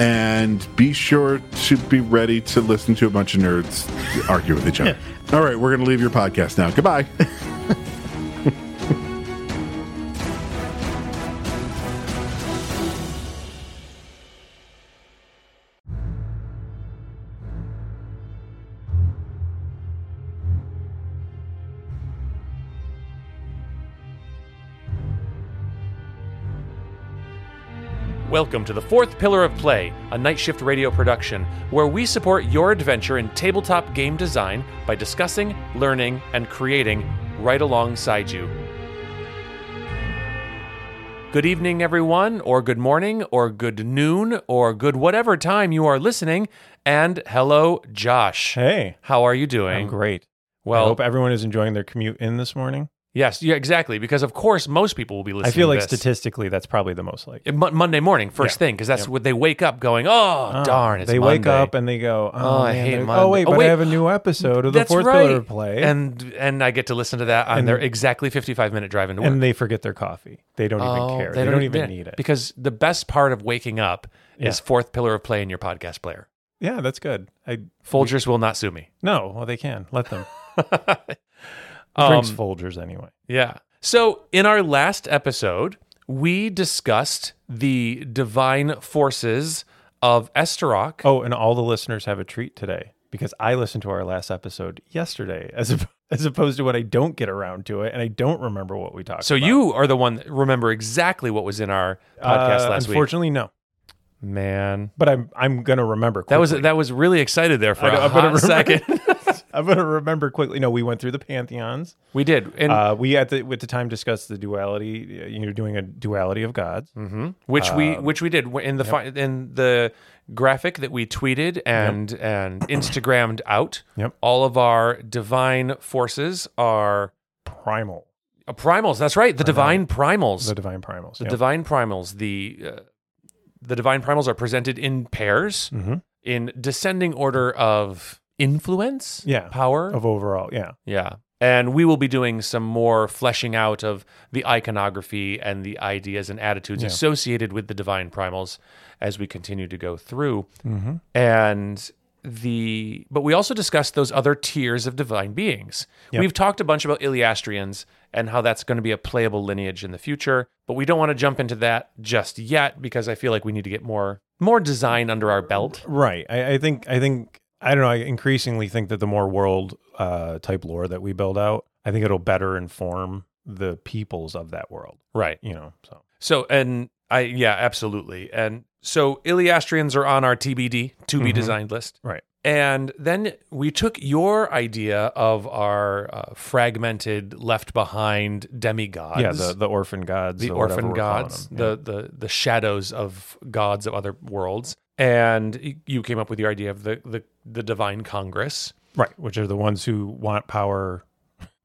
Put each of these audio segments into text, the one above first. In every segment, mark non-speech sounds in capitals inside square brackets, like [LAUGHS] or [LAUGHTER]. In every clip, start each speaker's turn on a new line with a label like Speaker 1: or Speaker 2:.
Speaker 1: and be sure to be ready to listen to a bunch of nerds argue with each other. All right, we're going to leave your podcast now. Goodbye. [LAUGHS]
Speaker 2: Welcome to the fourth pillar of play, a night shift radio production, where we support your adventure in tabletop game design by discussing, learning, and creating right alongside you. Good evening, everyone, or good morning, or good noon, or good whatever time you are listening. And hello, Josh.
Speaker 3: Hey,
Speaker 2: How are you doing?
Speaker 3: I'm great. I
Speaker 2: Well,
Speaker 3: hope everyone is enjoying their commute in this morning.
Speaker 2: yes, yeah, exactly. Because of course, most people will be listening.
Speaker 3: I feel like
Speaker 2: to this.
Speaker 3: statistically, that's probably the most likely.
Speaker 2: Mon- Monday morning, first
Speaker 3: Yeah.
Speaker 2: thing, because that's what they wake up going. Oh, darn! It's
Speaker 3: "Ah." they wake
Speaker 2: Monday."
Speaker 3: up and they go, "Oh,
Speaker 2: Oh, I
Speaker 3: man,
Speaker 2: hate
Speaker 3: there-
Speaker 2: Monday."
Speaker 3: Oh wait,
Speaker 2: Oh,
Speaker 3: but
Speaker 2: wait.
Speaker 3: I have a new episode of the
Speaker 2: That's
Speaker 3: fourth
Speaker 2: right.
Speaker 3: pillar play,
Speaker 2: and and I get to listen to that on
Speaker 3: And-
Speaker 2: their exactly fifty-five minute drive into work.
Speaker 3: and they forget their coffee. They don't
Speaker 2: Oh,
Speaker 3: even care. They,
Speaker 2: e-,
Speaker 3: don't, even need it.
Speaker 2: because the best part of waking up is
Speaker 3: Yeah.
Speaker 2: fourth pillar of play in your podcast player.
Speaker 3: yeah, that's good. I
Speaker 2: Folgers will not sue me.
Speaker 3: no, well they can let
Speaker 2: [LAUGHS]
Speaker 3: them.
Speaker 2: Um,
Speaker 3: Drinks Folgers anyway.
Speaker 2: Yeah. So in our last episode, we discussed the divine forces of Esterok.
Speaker 3: Oh, and all the listeners have a treat today because I listened to our last episode yesterday, as op- [LAUGHS] as opposed to when I don't get around to it and I don't remember what we talked.
Speaker 2: so
Speaker 3: about.
Speaker 2: you are the one that remember exactly what was in our podcast
Speaker 3: Uh,
Speaker 2: last week.
Speaker 3: Unfortunately, no.
Speaker 2: Man.
Speaker 3: but I'm I'm gonna remember. Quickly.
Speaker 2: That was that was really excited there for
Speaker 3: I know,
Speaker 2: a
Speaker 3: I'm gonna
Speaker 2: hot second.
Speaker 3: [LAUGHS] I'm gonna remember quickly. No, we went through the pantheons.
Speaker 2: we did, and
Speaker 3: Uh, we at the at the time discussed the duality. uh, You know, doing a duality of gods.
Speaker 2: Mm-hmm. which we
Speaker 3: Um,
Speaker 2: which we did w- in the fi- in the graphic that we tweeted and and Instagrammed out.
Speaker 3: Yep.
Speaker 2: All of our divine forces are
Speaker 3: Primal,
Speaker 2: uh, primals. That's right, the divine primals.
Speaker 3: the
Speaker 2: The,
Speaker 3: divine primals. yep.
Speaker 2: divine primals. The uh, the divine primals are presented in pairs
Speaker 3: Mhm.
Speaker 2: in descending order of influence,
Speaker 3: Yeah.
Speaker 2: power,
Speaker 3: of overall, yeah.
Speaker 2: yeah. And we will be doing some more fleshing out of the iconography and the ideas and attitudes
Speaker 3: Yeah.
Speaker 2: associated with the divine primals as we continue to go through.
Speaker 3: Mm-hmm.
Speaker 2: And the but we also discussed those other tiers of divine beings.
Speaker 3: Yep.
Speaker 2: We've talked a bunch about Iliastrians and how that's going to be a playable lineage in the future, but we don't want to jump into that just yet because I feel like we need to get more more design under our belt.
Speaker 3: Right. I, I think. I think. I don't know. I increasingly think that the more world uh, type lore that we build out, I think it'll better inform the peoples of that world.
Speaker 2: Right.
Speaker 3: You know. So
Speaker 2: So and I yeah, absolutely. And so Iliastrians are on our TBD to be
Speaker 3: Mhm.
Speaker 2: designed list.
Speaker 3: Right.
Speaker 2: And then we took your idea of our uh, fragmented, left behind demigods.
Speaker 3: yeah, the, the orphan gods,
Speaker 2: Uh, the
Speaker 3: or whatever
Speaker 2: orphan
Speaker 3: we're calling
Speaker 2: gods,
Speaker 3: them. Yeah.
Speaker 2: the, the the shadows of gods of other worlds. And y- you came up with your idea of the the, the divine congress.
Speaker 3: Right, which are the ones who want power,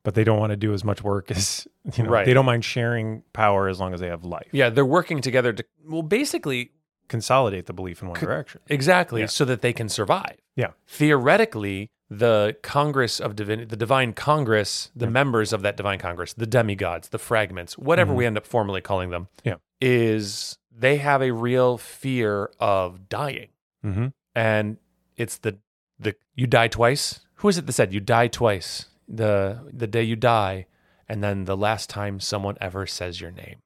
Speaker 3: but they don't want to do as much work [LAUGHS] as you know.
Speaker 2: Right.
Speaker 3: They don't mind sharing power as long as they have life.
Speaker 2: Yeah, they're working together to well, basically
Speaker 3: Consolidate the belief in one direction.
Speaker 2: Exactly,
Speaker 3: Yeah.
Speaker 2: so that they can survive.
Speaker 3: Yeah.
Speaker 2: Theoretically, the Congress of Divin, the Divine Congress, the members of that Divine Congress, the demigods, the fragments, whatever we end up formally calling them,
Speaker 3: Mm-hmm. Yeah.
Speaker 2: is they have a real fear of dying,
Speaker 3: Mm-hmm.
Speaker 2: and it's the the you die twice. Who is it that said you die twice? The the day you die, and then the last time someone ever says your name.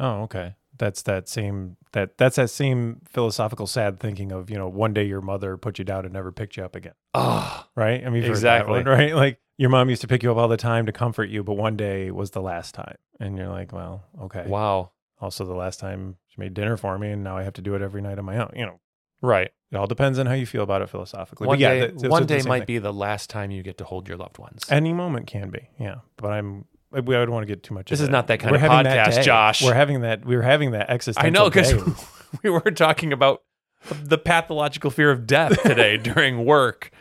Speaker 3: Oh, okay. That's that same that that's that same philosophical sad thinking of you know one day your mother put you down and never picked you up again.
Speaker 2: Ah,
Speaker 3: Right. I mean, you've heard that
Speaker 2: Exactly.
Speaker 3: one, [LAUGHS] right? Like your mom used to pick you up all the time to comfort you, but one day was the last time. And you're like, well, okay.
Speaker 2: Wow.
Speaker 3: Also, the last time she made dinner for me, and now I have to do it every night on my own. You know,
Speaker 2: Right.
Speaker 3: it all depends on how you feel about it philosophically.
Speaker 2: One
Speaker 3: but yeah,
Speaker 2: day,
Speaker 3: that- that's
Speaker 2: one
Speaker 3: the
Speaker 2: day
Speaker 3: same
Speaker 2: might
Speaker 3: thing.
Speaker 2: be the last time you get to hold your loved ones.
Speaker 3: Any moment can be, yeah. But I'm. I I don't want to get too much.
Speaker 2: This
Speaker 3: into
Speaker 2: is not that kind
Speaker 3: We're
Speaker 2: of
Speaker 3: having that
Speaker 2: podcast,
Speaker 3: day.
Speaker 2: Josh.
Speaker 3: We're having that. We were having that existential.
Speaker 2: I know because
Speaker 3: day. [LAUGHS]
Speaker 2: [LAUGHS] we were talking about the pathological fear of death [LAUGHS] today during work.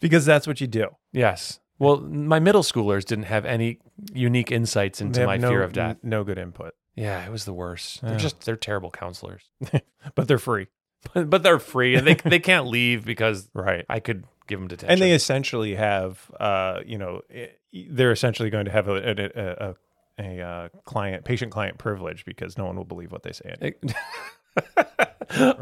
Speaker 3: because that's what you do.
Speaker 2: Yes. Well, my middle schoolers didn't have any unique insights
Speaker 3: They
Speaker 2: into
Speaker 3: have
Speaker 2: my
Speaker 3: no,
Speaker 2: fear of death.
Speaker 3: No good input,
Speaker 2: Yeah, it was the worst.
Speaker 3: Yeah.
Speaker 2: They're just they're terrible counselors. [LAUGHS]
Speaker 3: but they're free,
Speaker 2: But, but they're free
Speaker 3: [LAUGHS]
Speaker 2: and they they can't leave because
Speaker 3: right?
Speaker 2: I could give them detention.
Speaker 3: And they essentially have, uh, you know, i- they're essentially going to have a a, a, a, a uh, client patient client privilege because no one will believe what they say.
Speaker 2: [LAUGHS]
Speaker 3: anyway.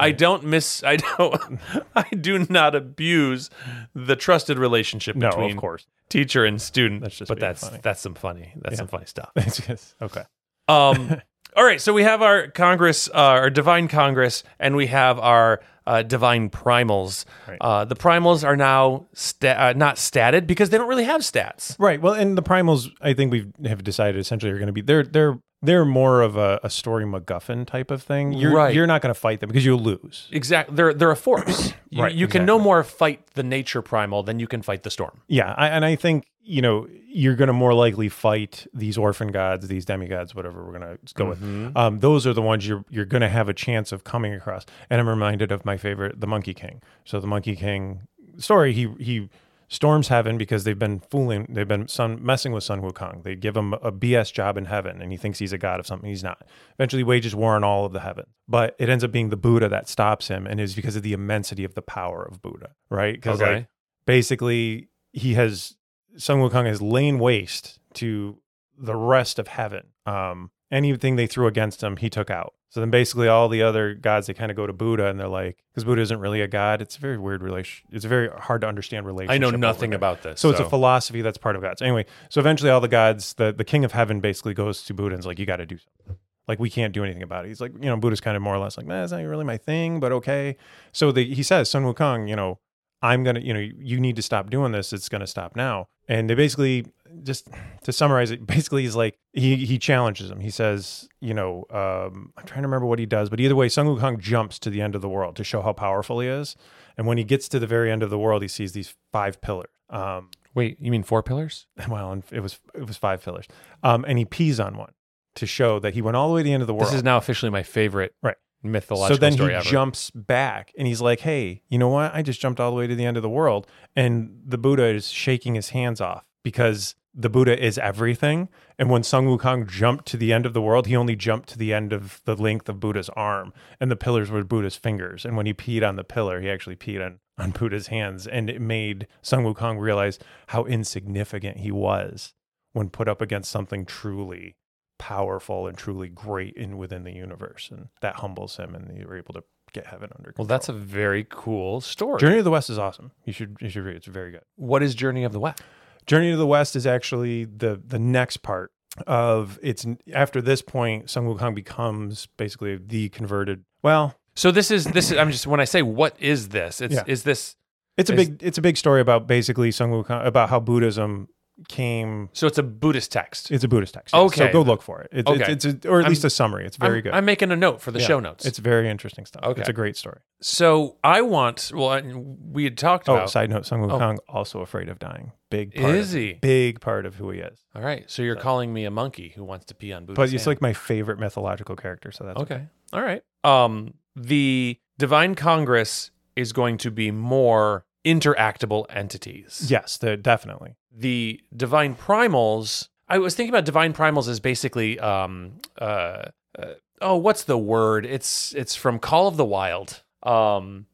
Speaker 2: I don't miss I don't [LAUGHS] I do not abuse the trusted relationship
Speaker 3: No,
Speaker 2: between
Speaker 3: of course. [LAUGHS]
Speaker 2: teacher and student.
Speaker 3: That's just
Speaker 2: but
Speaker 3: being
Speaker 2: that's
Speaker 3: funny.
Speaker 2: that's some funny that's
Speaker 3: Yeah.
Speaker 2: some funny stuff.
Speaker 3: [LAUGHS] It's just- okay.
Speaker 2: Um, [LAUGHS] all right, so we have our Congress, uh, our Divine Congress, and we have our uh, Divine Primals.
Speaker 3: Right.
Speaker 2: Uh, the Primals are now sta- uh, not statted because they don't really have stats.
Speaker 3: Right. Well, and the primals, I think we have decided essentially are going to be they're they're they're more of a, a story MacGuffin type of thing. You're,
Speaker 2: Right.
Speaker 3: You're not going to fight them because you'll lose.
Speaker 2: Exactly, they're they're a
Speaker 3: [CLEARS THROAT]
Speaker 2: force. you,
Speaker 3: Right,
Speaker 2: you can no
Speaker 3: exactly.
Speaker 2: more fight the nature primal than you can fight the storm.
Speaker 3: Yeah, I, and I think you know you're going to more likely fight these orphan gods, these demigods, whatever we're going to go with. Um, those are the ones you're you're going to have a chance of coming across. And I'm reminded of my favorite, the Monkey King. So the Monkey King story, he he storms heaven because they've been fooling, they've been sun, messing with Sun Wukong. They give him a BS job in heaven, and he thinks he's a god of something he's not. Eventually, wages war on all of the heaven, but it ends up being the Buddha that stops him, and is because of the immensity of the power of Buddha, right? Because like basically he has Sun Wukong has lain waste to the rest of heaven. Um, anything they threw against him, he took out. So then basically all the other gods, they kind of go to Buddha and they're like, because Buddha isn't really a god. It's a very weird relation. It's a very hard to understand relationship.
Speaker 2: I know
Speaker 3: over
Speaker 2: nothing
Speaker 3: there.
Speaker 2: about this.
Speaker 3: So, it's a philosophy that's part of gods. Anyway, so eventually all the gods, the, the king of heaven basically goes to Buddha and is like, you got to do something. Like, we can't do anything about it. He's like, you know, Buddha's kind of more or less like, nah, it's not really my thing, but okay. So the, he says, Sun Wukong, you know, I'm going to, you know, you need to stop doing this. It's going to stop now. And they basically, just to summarize it, [LAUGHS] basically he's like, he, he challenges him. He says, you know, um, I'm trying to remember what he does, but either way, Sun Wukong jumps to the end of the world to show how powerful he is. And when he gets to the very end of the world, he sees these five pillars. Um, [LAUGHS]
Speaker 2: wait, you mean four pillars?
Speaker 3: well, and it was it was five pillars, um, and he pees on one to show that he went all the way to the end of the world.
Speaker 2: This is now officially my favorite
Speaker 3: Right.
Speaker 2: mythological
Speaker 3: so then he
Speaker 2: story ever.
Speaker 3: jumps back and he's like, "Hey, you know what? I just jumped all the way to the end of the world." And the Buddha is shaking his hands off because the Buddha is everything. And when Sun Wukong jumped to the end of the world, he only jumped to the end of the length of Buddha's arm, and the pillars were Buddha's fingers. And when he peed on the pillar, he actually peed on on Buddha's hands, and it made Sun Wukong realize how insignificant he was when put up against something truly powerful and truly great in within the universe, and that humbles him, and you're able to get heaven under. Control.
Speaker 2: well, that's a very cool story.
Speaker 3: Journey to the West is awesome. You should you should read. it. It's very good.
Speaker 2: what is Journey of the West?
Speaker 3: Journey to the West is actually the the next part of it's after this point. Sun Wukong becomes basically the converted. Well,
Speaker 2: So this is this is I'm just when I say what is this? It's
Speaker 3: Yeah.
Speaker 2: is this
Speaker 3: it's a
Speaker 2: Is-
Speaker 3: big it's a big story about basically Sun Wukong about how Buddhism came.
Speaker 2: so it's a Buddhist text.
Speaker 3: It's a Buddhist text. yes.
Speaker 2: Okay.
Speaker 3: so go look for it. It's,
Speaker 2: Okay.
Speaker 3: it's, it's a, or at
Speaker 2: I'm-
Speaker 3: least a summary. It's very
Speaker 2: I'm,
Speaker 3: good.
Speaker 2: I'm making a note for the
Speaker 3: Yeah.
Speaker 2: show notes.
Speaker 3: It's very interesting stuff.
Speaker 2: Okay.
Speaker 3: It's a great story.
Speaker 2: so I want well I- we had talked
Speaker 3: Oh,
Speaker 2: about
Speaker 3: side note: Sung
Speaker 2: Oh.
Speaker 3: Wukong also afraid of dying. Big part
Speaker 2: Is
Speaker 3: of,
Speaker 2: he?
Speaker 3: Big part of who he is.
Speaker 2: All right. So you're calling me a monkey who wants to pee on Buddha's
Speaker 3: But it's
Speaker 2: hand.
Speaker 3: like my favorite mythological character, so that's
Speaker 2: Okay. All right. Um the Divine Congress is going to be more interactable entities.
Speaker 3: Yes, the, definitely.
Speaker 2: the divine primals i was thinking about divine primals as basically um uh, uh oh what's the word it's it's from call of the wild um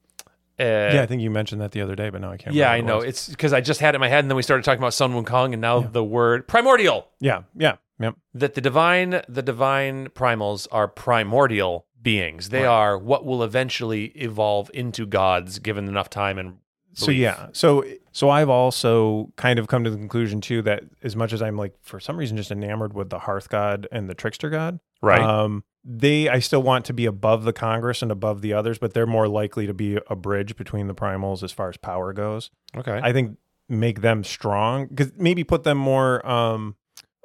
Speaker 2: uh,
Speaker 3: yeah, I think you mentioned that the other day, but now I can't.
Speaker 2: yeah, I
Speaker 3: remember
Speaker 2: know.
Speaker 3: what it was.
Speaker 2: It's because I just had it in my head, and then we started talking about Sun Wukong, and now the word primordial.
Speaker 3: yeah, yeah, yep.
Speaker 2: That the divine, the divine primals are primordial beings. They
Speaker 3: Right.
Speaker 2: are what will eventually evolve into gods, given enough time and.
Speaker 3: So
Speaker 2: belief.
Speaker 3: yeah, so so I've also kind of come to the conclusion too that as much as I'm like for some reason just enamored with the Hearth God and the Trickster God,
Speaker 2: right.
Speaker 3: Um, they, I still want to be above the Congress and above the others, but they're more likely to be a bridge between the primals as far as power goes.
Speaker 2: okay.
Speaker 3: I think make them strong because maybe put them more um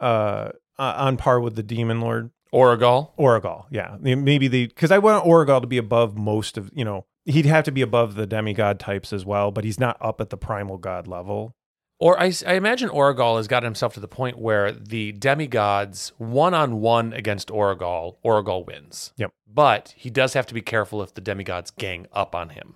Speaker 3: uh uh, on par with the demon lord
Speaker 2: Oragal.
Speaker 3: Oragal. Yeah, They- maybe they because I want Oragal to be above most of you know he'd have to be above the demigod types as well, but he's not up at the primal god level.
Speaker 2: Or I, s- I imagine Oragal has gotten himself to the point where the demigods one on one against Oragal, Oragal wins.
Speaker 3: Yep.
Speaker 2: But he does have to be careful if the demigods gang up on him.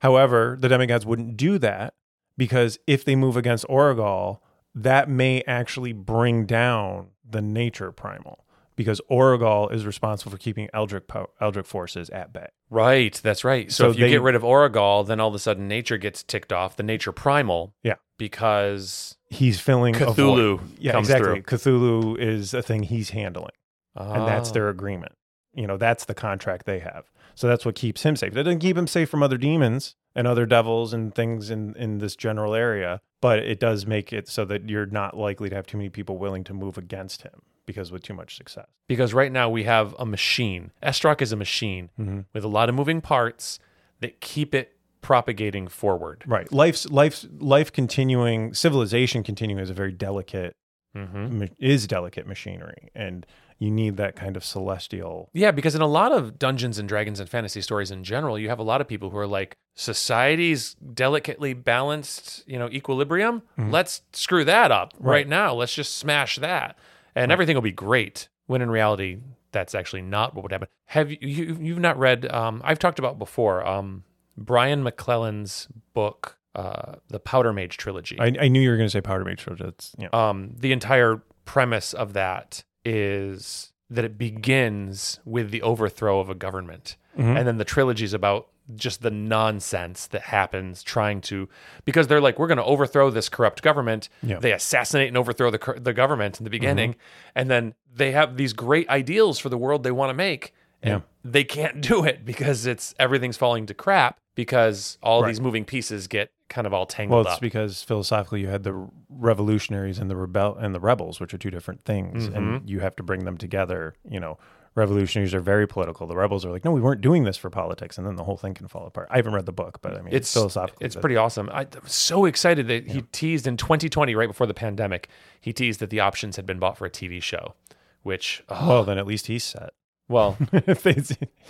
Speaker 3: However, the demigods wouldn't do that because if they move against Oragal, that may actually bring down the nature primal because Oragal is responsible for keeping Eldric po- Eldric forces at bay.
Speaker 2: Right, that's right. So,
Speaker 3: So
Speaker 2: if you
Speaker 3: they-
Speaker 2: get rid of Oragal, then all of a sudden nature gets ticked off, the nature primal.
Speaker 3: Yeah.
Speaker 2: Because
Speaker 3: He's filling a void.
Speaker 2: Cthulhu
Speaker 3: Yeah,
Speaker 2: comes
Speaker 3: exactly. Cthulhu is a thing he's handling.
Speaker 2: through.
Speaker 3: and that's
Speaker 2: Ah.
Speaker 3: their agreement. You know, that's the contract they have. So that's what keeps him safe. That doesn't keep him safe from other demons and other devils and things in in this general area, but it does make it so that you're not likely to have too many people willing to move against him because with too much success.
Speaker 2: because right now we have a machine. Estrock is a machine
Speaker 3: Mm-hmm.
Speaker 2: with a lot of moving parts that keep it propagating forward.
Speaker 3: Right. Life's life's life continuing civilization continuing is a very delicate
Speaker 2: Mm-hmm.
Speaker 3: ma- is delicate machinery and you need that kind of celestial
Speaker 2: Yeah, because in a lot of Dungeons and Dragons and fantasy stories in general, you have a lot of people who are like, society's delicately balanced, you know, equilibrium. Let's screw that up right.
Speaker 3: Right.
Speaker 2: now. Let's just smash that, and everything will be great. When in reality, that's actually not what would happen. Have you, you you've not read? Um, I've talked about before. Um, Brian McClellan's book, uh, the Powder Mage trilogy
Speaker 3: I, I knew you were going to say powder mage so that's yeah.
Speaker 2: um, the entire premise of that is that it begins with the overthrow of a government.
Speaker 3: Mm-hmm.
Speaker 2: And then the trilogy is about just the nonsense that happens trying to, because they're like, we're going to overthrow this corrupt government.
Speaker 3: Yeah. Mm-hmm.
Speaker 2: They assassinate and overthrow the, cor- the government in the beginning. And then they have these great ideals for the world they want to make. And they can't do it because it's everything's falling to crap because all
Speaker 3: Right.
Speaker 2: these moving pieces get kind of all
Speaker 3: Well,
Speaker 2: tangled
Speaker 3: it's
Speaker 2: up.
Speaker 3: because philosophically you had the revolutionaries and the rebel and the rebels, which are two different things,
Speaker 2: Mm-hmm.
Speaker 3: and you have to bring them together. You know, revolutionaries are very political. The rebels are like, no, we weren't doing this for politics, and then the whole thing can fall apart. I haven't read the book, but I mean, it's,
Speaker 2: it's
Speaker 3: philosophically,
Speaker 2: It's
Speaker 3: that-
Speaker 2: pretty awesome. I, I'm so excited that he teased in 2020, right before the pandemic, he teased that the options had been bought for a TV show, which, oh, [LAUGHS]
Speaker 3: Well, then at least he's set. [LAUGHS]
Speaker 2: well,
Speaker 3: If they-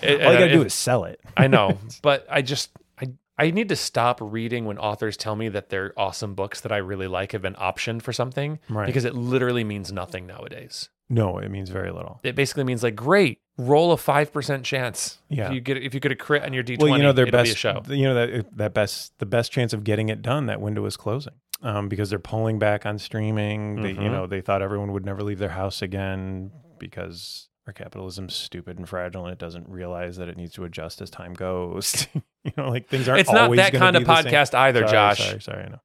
Speaker 3: all you gotta do
Speaker 2: if-
Speaker 3: is sell it.
Speaker 2: I know, but I just, I, I need to stop reading when authors tell me that their awesome books that I really like have been optioned for something
Speaker 3: Right.
Speaker 2: because it literally means nothing nowadays.
Speaker 3: No, it means very little.
Speaker 2: It basically means like, great, roll a 5% chance.
Speaker 3: Yeah.
Speaker 2: If you get, if you get a crit on your D20,
Speaker 3: Well, you know their
Speaker 2: it'll
Speaker 3: best.
Speaker 2: be a show.
Speaker 3: You know that that best the best chance of getting it done. That window is closing um, because they're pulling back on streaming. They, you
Speaker 2: Mm-hmm.
Speaker 3: know they thought everyone would never leave their house again because our capitalism's stupid and fragile and it doesn't realize that it needs to adjust as time goes. [LAUGHS] you know, like things aren't.
Speaker 2: It's not
Speaker 3: always
Speaker 2: that
Speaker 3: gonna
Speaker 2: kind of
Speaker 3: be the same.
Speaker 2: podcast either,
Speaker 3: Sorry,
Speaker 2: Josh.
Speaker 3: Sorry, sorry, I know.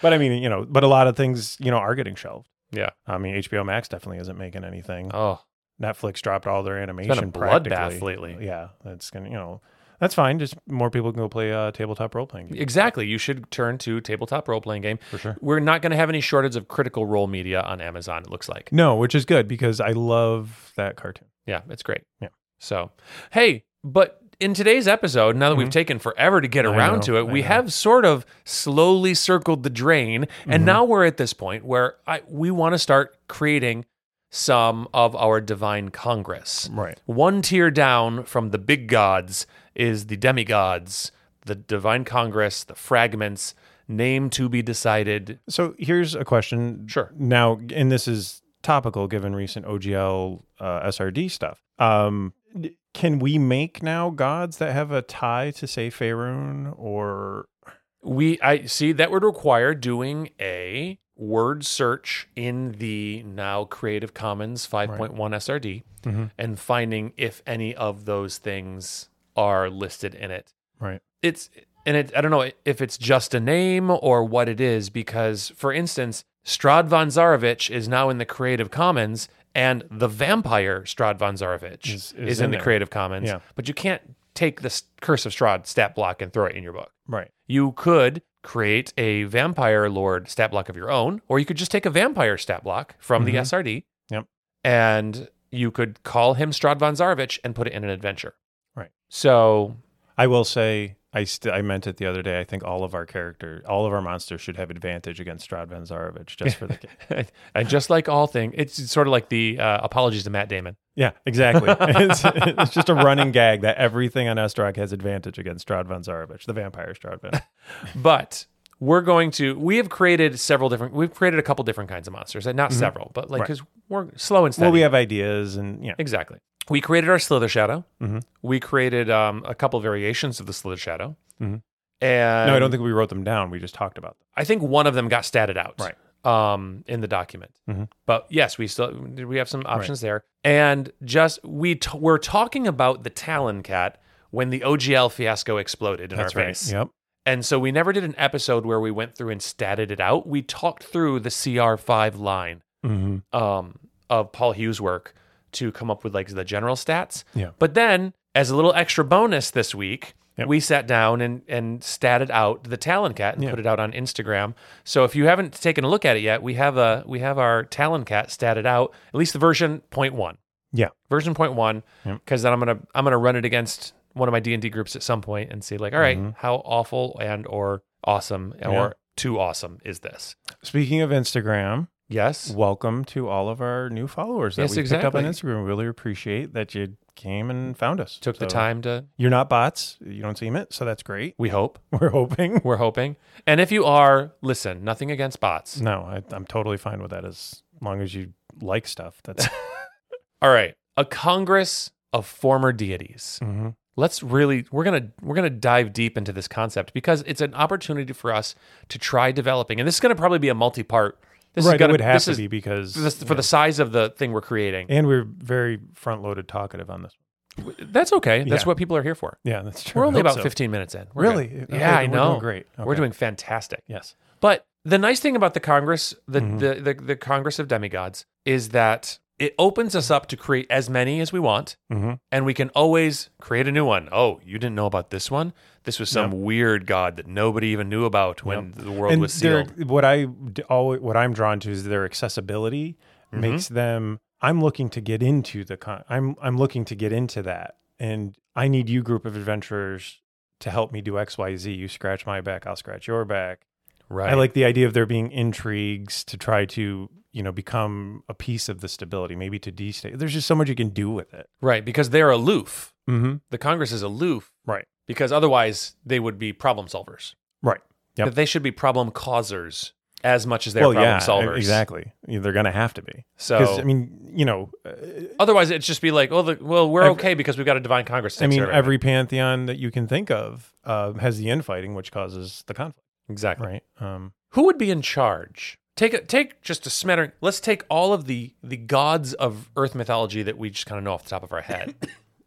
Speaker 3: but I mean, you know, but a lot of things you know are getting shelved.
Speaker 2: Yeah.
Speaker 3: I mean, HBO Max definitely isn't making anything.
Speaker 2: Oh,
Speaker 3: Netflix dropped all their animation.
Speaker 2: been a bloodbath
Speaker 3: practically.
Speaker 2: lately.
Speaker 3: Yeah, that's gonna you know that's fine. Just more people can go play uh, tabletop role playing games
Speaker 2: exactly. You should turn to tabletop role playing game.
Speaker 3: for sure.
Speaker 2: We're not going to have any shortage of critical role media on Amazon, it looks like.
Speaker 3: No, which is good because I love that cartoon.
Speaker 2: Yeah, it's great.
Speaker 3: Yeah.
Speaker 2: So, hey, but in today's episode, now that we've taken forever to get
Speaker 3: Mm-hmm. I
Speaker 2: around
Speaker 3: know,
Speaker 2: to it,
Speaker 3: I
Speaker 2: we
Speaker 3: know.
Speaker 2: have sort of slowly circled the drain.
Speaker 3: Mm-hmm.
Speaker 2: And now we're at this point where I, we want to start creating some of our divine congress.
Speaker 3: Right.
Speaker 2: One tier down from the big gods is the demigods, the divine congress, the fragments, name to be decided.
Speaker 3: So here's a question.
Speaker 2: Sure.
Speaker 3: Now, and this is topical given recent OGL uh, SRD stuff. Um, d- can we make now gods that have a tie to say Faerun or
Speaker 2: We I see that would require doing a word search in the now Creative Commons 5.1 SRD
Speaker 3: Mm-hmm.
Speaker 2: and finding if any of those things are listed in it.
Speaker 3: right?
Speaker 2: It's and it I don't know if it's just a name or what it is because for instance, Strad von Zarovich is now in the Creative Commons and the vampire Strad von Zarovich is,
Speaker 3: Is- is
Speaker 2: in,
Speaker 3: in
Speaker 2: the
Speaker 3: there.
Speaker 2: Creative Commons,
Speaker 3: Yeah.
Speaker 2: but you can't take the curse of Strad stat block and throw it in your book
Speaker 3: Right.
Speaker 2: you could create a vampire lord stat block of your own, or you could just take a vampire stat block from
Speaker 3: Mhm.
Speaker 2: the SRD.
Speaker 3: Yep.
Speaker 2: And you could call him Strad von Zarovich and put it in an adventure.
Speaker 3: Right.
Speaker 2: So [LAUGHS]
Speaker 3: I will say I I st- I meant it the other day. I think all of our characters, all of our monsters, should have advantage against Strad Van Zarovich just
Speaker 2: [LAUGHS]
Speaker 3: for the game.
Speaker 2: and just like all things, it's sort of like the uh, apologies to Matt Damon.
Speaker 3: Yeah, exactly. [LAUGHS] it's, it's just a running gag that everything on Estrog has advantage against Strad Van Zarovich, the vampire
Speaker 2: [LAUGHS]
Speaker 3: Strad Van.
Speaker 2: But we're going to we have created several different we've created a couple different kinds of monsters, and not several, but like
Speaker 3: Mm-hmm. Right.
Speaker 2: because we're slow and steady.
Speaker 3: well, we have ideas and yeah,
Speaker 2: exactly. We created our Slither Shadow.
Speaker 3: Mhm.
Speaker 2: We created um, a couple variations of the Slither Shadow.
Speaker 3: Mhm.
Speaker 2: And
Speaker 3: No, I don't think we wrote them down. We just talked about them.
Speaker 2: I think one of them got statted out,
Speaker 3: Right.
Speaker 2: Um, in the document,
Speaker 3: Mhm.
Speaker 2: but yes, we still we have some options there, and just we t- we're talking about the Talon Cat when the OGL fiasco exploded in our face,
Speaker 3: Yep.
Speaker 2: and so we never did an episode where we went through and statted it out. We talked through the CR5 line
Speaker 3: Mm-hmm.
Speaker 2: um, of Paul Hughes' work to come up with like the general stats.
Speaker 3: Yeah.
Speaker 2: But then, as a little extra bonus this week,
Speaker 3: Yep.
Speaker 2: we sat down and and statted out the Talon Cat and
Speaker 3: Yeah.
Speaker 2: put it out on Instagram. So if you haven't taken a look at it yet, we have a we have our Talon Cat statted out at least the version point one.
Speaker 3: Yeah.
Speaker 2: version point one.
Speaker 3: Yep.
Speaker 2: Because then I'm gonna I'm gonna run it against one of my D and D groups at some point and see like, all right, how awful and or awesome or
Speaker 3: Mm-hmm. Yeah.
Speaker 2: too awesome is this?
Speaker 3: Speaking of Instagram,
Speaker 2: Yes.
Speaker 3: welcome to all of our new followers that
Speaker 2: Yes,
Speaker 3: we picked up on
Speaker 2: exactly.
Speaker 3: Instagram. We really appreciate that you came and found us.
Speaker 2: Took the
Speaker 3: So,
Speaker 2: time to.
Speaker 3: You're not bots. You don't seem it, so that's great.
Speaker 2: We hope.
Speaker 3: [LAUGHS] We're hoping.
Speaker 2: We're hoping. And if you are, listen, nothing against bots.
Speaker 3: No, I, I'm totally fine with that as long as you like stuff. [LAUGHS] That's
Speaker 2: All right. A congress of former deities.
Speaker 3: Mhm.
Speaker 2: Let's really we're going to we're going to dive deep into this concept because it's an opportunity for us to try developing. And this is going to probably be a multi-part. This is
Speaker 3: right.
Speaker 2: gonna,
Speaker 3: it would have
Speaker 2: this
Speaker 3: to
Speaker 2: is-
Speaker 3: be because
Speaker 2: for the, for the size of the thing we're creating.
Speaker 3: and we're very front loaded talkative on this.
Speaker 2: That's okay. That's
Speaker 3: Yeah.
Speaker 2: what people are here for.
Speaker 3: Yeah, that's true.
Speaker 2: We're only
Speaker 3: I hope
Speaker 2: about
Speaker 3: so.
Speaker 2: 15 minutes in. We're
Speaker 3: Really?
Speaker 2: good.
Speaker 3: Okay,
Speaker 2: Yeah, I
Speaker 3: we're
Speaker 2: know.
Speaker 3: doing great.
Speaker 2: We're
Speaker 3: Okay.
Speaker 2: doing fantastic.
Speaker 3: Yes.
Speaker 2: But the nice thing about the Congress, the,
Speaker 3: Mm-hmm.
Speaker 2: the, the, the Congress of Demigods, is that it opens us up to create as many as we want,
Speaker 3: Mm-hmm.
Speaker 2: and we can always create a new one. Oh, you didn't know about this one? This was some weird god that nobody even knew about when the world was
Speaker 3: they're-
Speaker 2: sealed.
Speaker 3: What I d- always, what I'm drawn to is their accessibility
Speaker 2: Mm-hmm.
Speaker 3: makes them. I'm looking to get into the. Con- I'm I'm looking to get into that, and I need you, group of adventurers, to help me do X, Y, Z. You scratch my back, I'll scratch your back.
Speaker 2: Right.
Speaker 3: I like the idea of there being intrigues to try to you know become a piece of the stability, maybe to destabilize. There's just so much you can do with it.
Speaker 2: right, because they're aloof.
Speaker 3: Mm-hmm.
Speaker 2: The Congress is aloof
Speaker 3: Right.
Speaker 2: because otherwise they would be problem solvers.
Speaker 3: Right. Yep.
Speaker 2: That they should be problem causers as much as they're
Speaker 3: well,
Speaker 2: problem
Speaker 3: yeah, e-,
Speaker 2: solvers.
Speaker 3: exactly. Yeah, They're gonna have to be. Because
Speaker 2: So
Speaker 3: I mean, you know, uh,
Speaker 2: Otherwise, it'd just be like, oh, the, well, we're
Speaker 3: Every-
Speaker 2: okay because we've got a divine Congress. to
Speaker 3: I
Speaker 2: take
Speaker 3: mean,
Speaker 2: care of
Speaker 3: every pantheon that you can think of uh, has the infighting, which causes the conflict,
Speaker 2: everything. exactly.
Speaker 3: right? Um,
Speaker 2: Who would be in charge? Take a, take just a smattering. Let's take all of the the gods of Earth mythology that we just kind of know off the top of our head.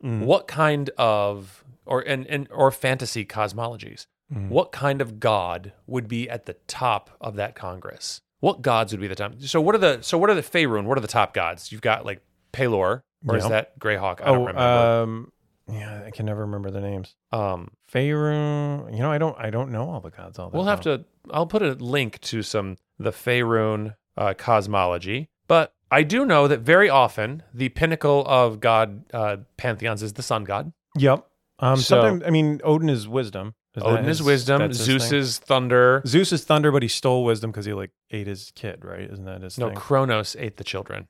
Speaker 3: Mm.
Speaker 2: What kind of or and, and or fantasy cosmologies?
Speaker 3: Mm.
Speaker 2: What kind of god would be at the top of that Congress? What gods would be the top? So what are the so what are the Faerun? What are the top gods? You've got like Pelor, or is
Speaker 3: Yeah.
Speaker 2: that Greyhawk? I don't
Speaker 3: oh,
Speaker 2: remember.
Speaker 3: um, yeah, I can never remember their names.
Speaker 2: um,
Speaker 3: Faerun, you know, I don't, I don't know all the gods. All that
Speaker 2: We'll have to. I'll put a link to some the Faerun uh, cosmology, but I do know that very often the pinnacle of god uh, pantheons is the sun god.
Speaker 3: Yep. Um,
Speaker 2: So-
Speaker 3: sometimes, I mean, Odin is wisdom. Is
Speaker 2: Odin
Speaker 3: that
Speaker 2: is
Speaker 3: his-
Speaker 2: wisdom.
Speaker 3: that's his
Speaker 2: Zeus
Speaker 3: thing?
Speaker 2: is thunder.
Speaker 3: Zeus is thunder, but he stole wisdom because he like ate his kid, right? Isn't that his
Speaker 2: No,
Speaker 3: thing?
Speaker 2: Kronos ate the children.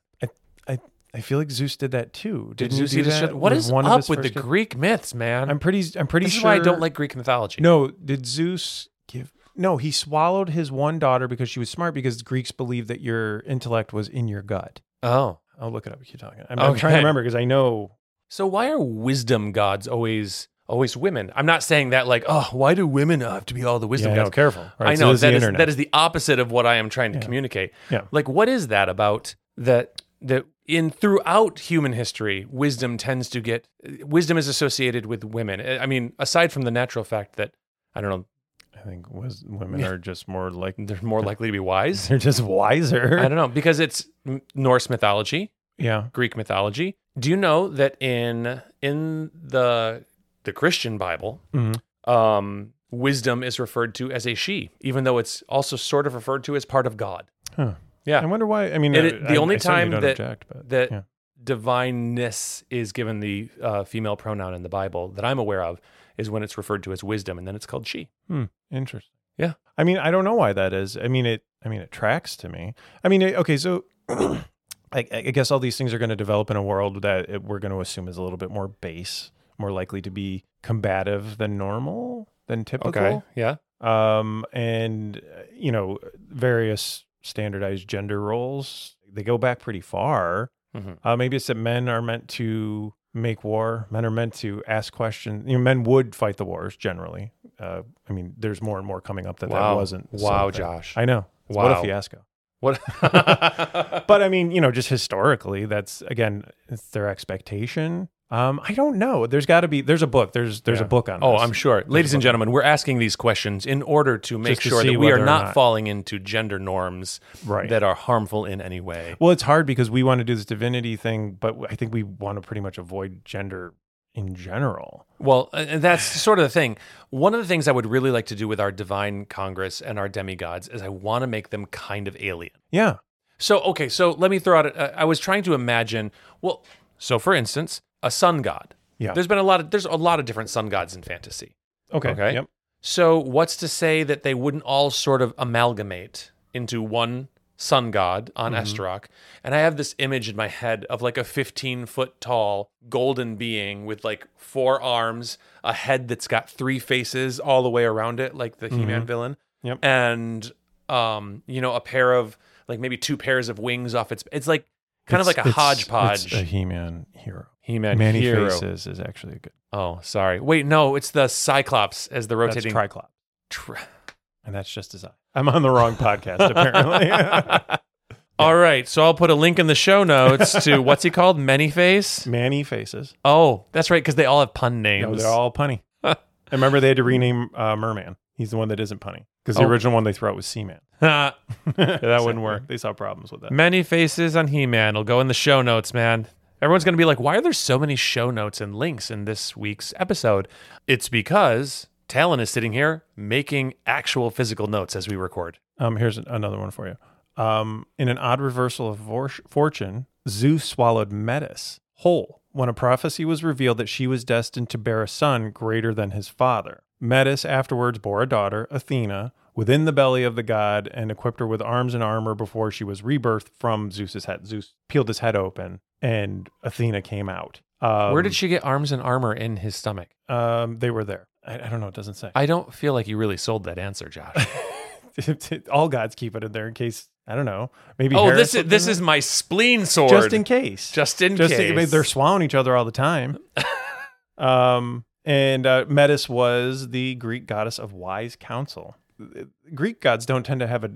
Speaker 3: I feel like Zeus did that too.
Speaker 2: Did
Speaker 3: Didn't
Speaker 2: Zeus
Speaker 3: he do
Speaker 2: eat his
Speaker 3: that
Speaker 2: children? What
Speaker 3: with
Speaker 2: is
Speaker 3: one of
Speaker 2: up
Speaker 3: his
Speaker 2: with the
Speaker 3: first kids?
Speaker 2: Greek myths, man?
Speaker 3: I'm pretty, I'm pretty
Speaker 2: this is
Speaker 3: sure.
Speaker 2: why I don't like Greek mythology.
Speaker 3: No, did Zeus give? No, he swallowed his one daughter because she was smart. Because Greeks believed that your intellect was in your gut.
Speaker 2: Oh,
Speaker 3: I'll look it up. Keep talking. I'm, I'm trying
Speaker 2: Okay.
Speaker 3: to remember because I know.
Speaker 2: so why are wisdom gods always always women? I'm not saying that like, oh, why do women have to be all the wisdom
Speaker 3: Yeah, I know,
Speaker 2: gods?
Speaker 3: careful. All right,
Speaker 2: I know
Speaker 3: so this is
Speaker 2: that
Speaker 3: the
Speaker 2: is
Speaker 3: internet.
Speaker 2: that is the opposite of what I am trying to
Speaker 3: Yeah.
Speaker 2: communicate.
Speaker 3: Yeah.
Speaker 2: Like what is that about that that in throughout human history wisdom tends to get wisdom is associated with women. I I mean, aside from the natural fact that I don't know,
Speaker 3: I think was women are just more like [LAUGHS]
Speaker 2: they're more likely to be wise.
Speaker 3: they're just wiser.
Speaker 2: I don't know because it's m- Norse mythology,
Speaker 3: yeah.
Speaker 2: Greek mythology. Do you know that in in the the Christian Bible,
Speaker 3: Mhm.
Speaker 2: um wisdom is referred to as a she, even though it's also sort of referred to as part of God.
Speaker 3: Huh.
Speaker 2: Yeah.
Speaker 3: I wonder why. I mean,
Speaker 2: It-
Speaker 3: I-
Speaker 2: it- the
Speaker 3: I-
Speaker 2: only
Speaker 3: I certainly
Speaker 2: time
Speaker 3: don't
Speaker 2: that-
Speaker 3: object, but,
Speaker 2: that
Speaker 3: yeah.
Speaker 2: divineness is given the uh, female pronoun in the Bible that I'm aware of is when it's referred to as wisdom, and then it's called she.
Speaker 3: Interesting.
Speaker 2: Yeah.
Speaker 3: I mean, I don't know why that is. I mean, it. I mean, it tracks to me. I mean, it- okay, so. [CLEARS THROAT] I, I guess all these things are going to develop in a world that it- we're going to assume is a little bit more base, more likely to be combative than normal, than typical.
Speaker 2: Yeah.
Speaker 3: um, and uh, you know various standardized gender roles. They go back pretty far.
Speaker 2: Mhm.
Speaker 3: Uh, maybe it's that men are meant to make war. Men are meant to ask questions. You know, men would fight the wars generally. Uh, I mean, there's more and more coming up that
Speaker 2: Wow.
Speaker 3: that wasn't.
Speaker 2: Wow,
Speaker 3: something.
Speaker 2: Josh.
Speaker 3: I know. It's What
Speaker 2: Wow.
Speaker 3: a fiasco.
Speaker 2: What? [LAUGHS]
Speaker 3: But I mean, you know, just historically, that's again, it's their expectation. Um, I don't know. There's got to be. There's a book. There's there's
Speaker 2: Yeah.
Speaker 3: a book on.
Speaker 2: Oh,
Speaker 3: this.
Speaker 2: I'm sure. Ladies and gentlemen, we're asking these questions in order to make
Speaker 3: Just to
Speaker 2: sure
Speaker 3: see
Speaker 2: that we are
Speaker 3: whether or
Speaker 2: not,
Speaker 3: not-
Speaker 2: falling into gender norms
Speaker 3: Right.
Speaker 2: that are harmful in any way.
Speaker 3: Well, it's hard because we want to do this divinity thing, but I think we want to pretty much avoid gender in general.
Speaker 2: Well, and that's sort of the thing. One of the things I would really like to do with our divine congress and our demigods is I want to make them kind of alien.
Speaker 3: Yeah.
Speaker 2: So, okay, so let me throw out. a- I was trying to imagine. Well, so for instance, a sun god.
Speaker 3: Yeah.
Speaker 2: There's been a lot of there's a lot of different sun gods in fantasy.
Speaker 3: Okay.
Speaker 2: Okay.
Speaker 3: Yep.
Speaker 2: So, what's to say that they wouldn't all sort of amalgamate into one sun god on
Speaker 3: Mm-hmm.
Speaker 2: Estorok? And I have this image in my head of like a 15 foot tall golden being with like four arms, a head that's got three faces all the way around it, like the He Man villain.
Speaker 3: Mm-hmm. Yep.
Speaker 2: And, um, you know, a pair of like maybe two pairs of wings off its. It's like kind of like a hodgepodge.
Speaker 3: It's a He-Man hero.
Speaker 2: He-Man
Speaker 3: Many
Speaker 2: hero.
Speaker 3: faces is actually a good.
Speaker 2: Oh, sorry. Wait, no, it's the Cyclops as the
Speaker 3: That's
Speaker 2: rotating.
Speaker 3: Triclop,
Speaker 2: tri-
Speaker 3: and that's just his eye. I'm on the wrong [LAUGHS] podcast [LAUGHS] apparently.
Speaker 2: All right, so I'll put a link in the show notes
Speaker 3: [LAUGHS]
Speaker 2: to what's he called? Manyface?
Speaker 3: Manny faces.
Speaker 2: Oh, that's right, because they all have pun names.
Speaker 3: No, they're all [LAUGHS] punny. I remember they had to rename uh, Merman. He's the one that isn't punny because the
Speaker 2: Oh.
Speaker 3: original one they threw out was Seaman. [LAUGHS]
Speaker 2: [LAUGHS] Ha.
Speaker 3: that
Speaker 2: Exactly.
Speaker 3: wouldn't work. They saw problems with that.
Speaker 2: Many faces on He Man will go in the show notes, man. Everyone's going to be like, why are there so many show notes and links in this week's episode? It's because Talon is sitting here making actual physical notes as we record.
Speaker 3: Um, here's an- another one for you. Um, in an odd reversal of vor- fortune, Zeus swallowed Metis whole when a prophecy was revealed that she was destined to bear a son greater than his father. Metis afterwards bore a daughter, Athena, within the belly of the god and equipped her with arms and armor before she was rebirthed from Zeus's head. Zeus peeled his head open and Athena came out. Um,
Speaker 2: Where did she get arms and armor in his stomach?
Speaker 3: Um, they were there. I, I don't know. It doesn't say.
Speaker 2: I don't feel like you really sold that answer, Josh.
Speaker 3: [LAUGHS] All gods keep it in there in case. I don't know. Maybe.
Speaker 2: oh,
Speaker 3: Hera
Speaker 2: this is
Speaker 3: slipped in
Speaker 2: this
Speaker 3: there?
Speaker 2: is my spleen sword.
Speaker 3: just in case.
Speaker 2: Just in
Speaker 3: Just
Speaker 2: case.
Speaker 3: in- I mean, they're swallowing each other all
Speaker 2: [LAUGHS]
Speaker 3: the time. um, and uh, Metis was the Greek goddess of wise counsel. The Greek gods don't tend to have a.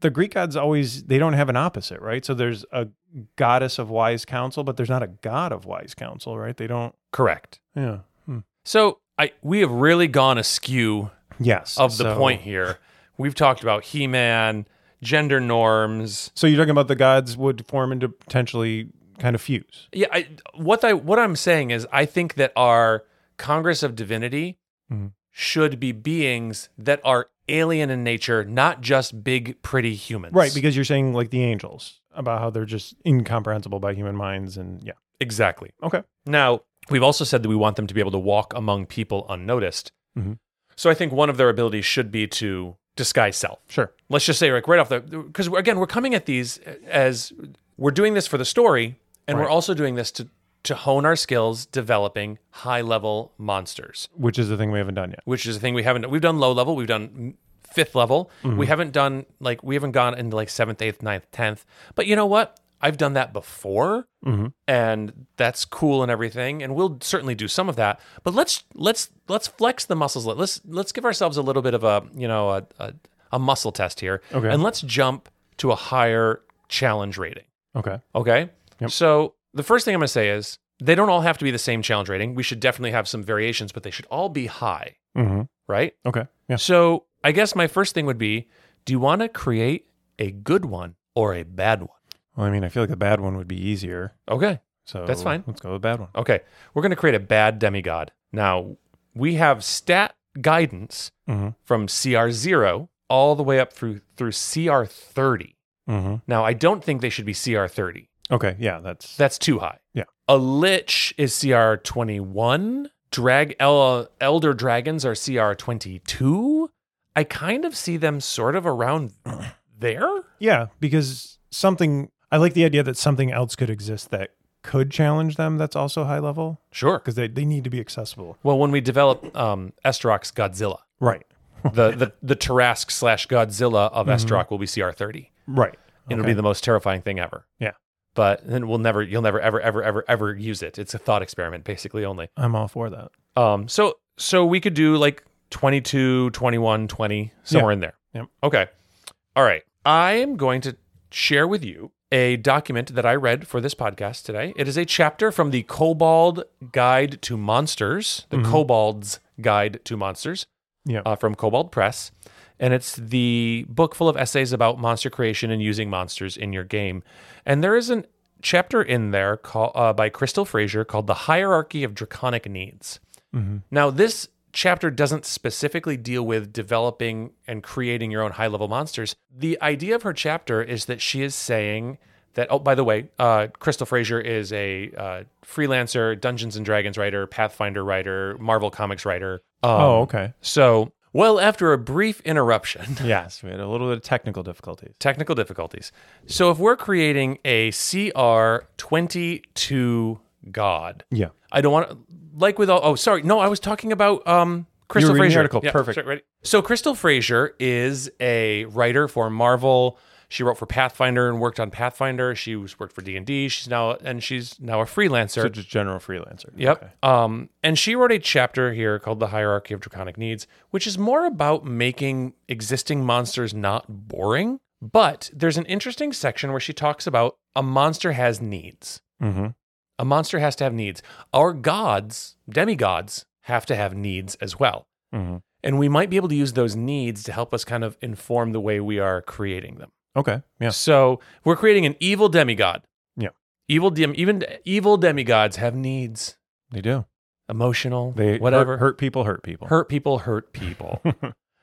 Speaker 3: The Greek gods always they don't have an opposite, right? So there's a goddess of wise counsel, but there's not a god of wise counsel, right? They don't.
Speaker 2: correct.
Speaker 3: Yeah. Hmm.
Speaker 2: So I we have really gone askew
Speaker 3: Yes.
Speaker 2: of the
Speaker 3: so-
Speaker 2: point here. We've talked about He Man, gender norms.
Speaker 3: So you're talking about the gods would form into potentially kind of fuse.
Speaker 2: Yeah, I, what I what I'm saying is I think that our Congress of Divinity
Speaker 3: Mhm.
Speaker 2: should be beings that are alien in nature, not just big pretty humans.
Speaker 3: Right, because you're saying like the angels about how they're just incomprehensible by human minds and yeah.
Speaker 2: exactly.
Speaker 3: Okay.
Speaker 2: Now, we've also said that we want them to be able to walk among people unnoticed.
Speaker 3: Mhm.
Speaker 2: So I think one of their abilities should be to disguise self.
Speaker 3: Sure.
Speaker 2: let's just say like right off the because again we're coming at these as we're doing this for the story and we're
Speaker 3: Right.
Speaker 2: also doing this to to hone our skills developing high level monsters
Speaker 3: Which is the thing we haven't done yet.
Speaker 2: which is a thing we haven't we've done low level we've done fifth level we haven't done like we haven't gone into like seventh eighth ninth tenth but you know what i've done that before
Speaker 3: Mm-hmm.
Speaker 2: and that's cool and everything and we'll certainly do some of that but let's let's let's flex the muscles let's let's give ourselves a little bit of a you know a, a, a muscle test here
Speaker 3: Okay.
Speaker 2: and let's jump to a higher challenge rating
Speaker 3: Okay.
Speaker 2: Okay.
Speaker 3: Yep.
Speaker 2: So the first thing I'm going to say is they don't all have to be the same challenge rating. We should definitely have some variations, but they should all be high,
Speaker 3: Mm-hmm.
Speaker 2: right?
Speaker 3: Okay. Yeah.
Speaker 2: So I guess my first thing would be do you want to create a good one or a bad one?
Speaker 3: Well, I mean, I feel like the bad one would be easier.
Speaker 2: Okay.
Speaker 3: So
Speaker 2: That's fine.
Speaker 3: Let's go with the bad one.
Speaker 2: Okay. We're going to create a bad demigod. Now, we have stat guidance
Speaker 3: Mm-hmm.
Speaker 2: from CR0 all the way up through through CR30.
Speaker 3: Mm-hmm.
Speaker 2: Now, I don't think they should be CR30.
Speaker 3: Okay. Yeah. That's
Speaker 2: That's too high.
Speaker 3: Yeah.
Speaker 2: A lich is CR21. drag el- elder dragons are CR 22. I kind of see them sort of around there.
Speaker 3: Yeah, because something I like the idea that something else could exist that could challenge them that's also high level
Speaker 2: Sure.
Speaker 3: because they, they need to be accessible.
Speaker 2: Well, when we develop um, Estrock's Godzilla,
Speaker 3: Right.
Speaker 2: the the, the Tarask slash Godzilla of Estrock will be CR 30.
Speaker 3: Right.
Speaker 2: It'll be the most terrifying thing ever.
Speaker 3: Yeah.
Speaker 2: But then we'll never, you'll never, ever, ever, ever, ever use it. It's a thought experiment, basically only.
Speaker 3: I'm all for that.
Speaker 2: Um, so so we could do like 22, 21, 20, somewhere
Speaker 3: Yeah.
Speaker 2: in there.
Speaker 3: Yep.
Speaker 2: Okay. All right. I am going to share with you a document that I read for this podcast today. It is a chapter from the Kobold Guide to Monsters, the
Speaker 3: Mm-hmm.
Speaker 2: Kobold's Guide to Monsters
Speaker 3: Yeah.
Speaker 2: uh, from Kobold Press. And it's the book full of essays about monster creation and using monsters in your game. And there is a chapter in there call, uh, by Crystal Fraser called The Hierarchy of Draconic Needs. Now, this chapter doesn't specifically deal with developing and creating your own high level monsters. The idea of her chapter is that she is saying that, oh, by the way, uh, Crystal Fraser is a uh, freelancer, Dungeons and Dragons writer, Pathfinder writer, Marvel Comics writer. Um,
Speaker 3: oh, okay.
Speaker 2: so, well, after a brief interruption, [LAUGHS]
Speaker 3: Yes, we had a little bit of technical difficulties.
Speaker 2: technical difficulties. So, if we're creating a CR 22 god,
Speaker 3: Yeah.
Speaker 2: I don't want to, like with all, oh, sorry. No, I was talking about um, Crystal
Speaker 3: were reading the
Speaker 2: Fraser.
Speaker 3: article. Perfect.
Speaker 2: sorry, ready? So, Crystal Fraser is a writer for Marvel. She wrote for Pathfinder and worked on Pathfinder. She was worked for D and D. She's now and she's now a freelancer.
Speaker 3: So just general freelancer.
Speaker 2: Yep.
Speaker 3: Okay.
Speaker 2: Um, and she wrote a chapter here called The Hierarchy of Draconic Needs, which is more about making existing monsters not boring. But there's an interesting section where she talks about a monster has needs.
Speaker 3: Mhm.
Speaker 2: A monster has to have needs. Our gods, demigods, have to have needs as well.
Speaker 3: Mhm.
Speaker 2: And we might be able to use those needs to help us kind of inform the way we are creating them.
Speaker 3: Okay. Yeah.
Speaker 2: So we're creating an evil demigod.
Speaker 3: Yeah.
Speaker 2: Evil dem- even evil demigods have needs
Speaker 3: They do.
Speaker 2: emotional,
Speaker 3: They hurt-
Speaker 2: whatever.
Speaker 3: hurt, people hurt people.
Speaker 2: Hurt people, hurt
Speaker 3: [LAUGHS]
Speaker 2: people.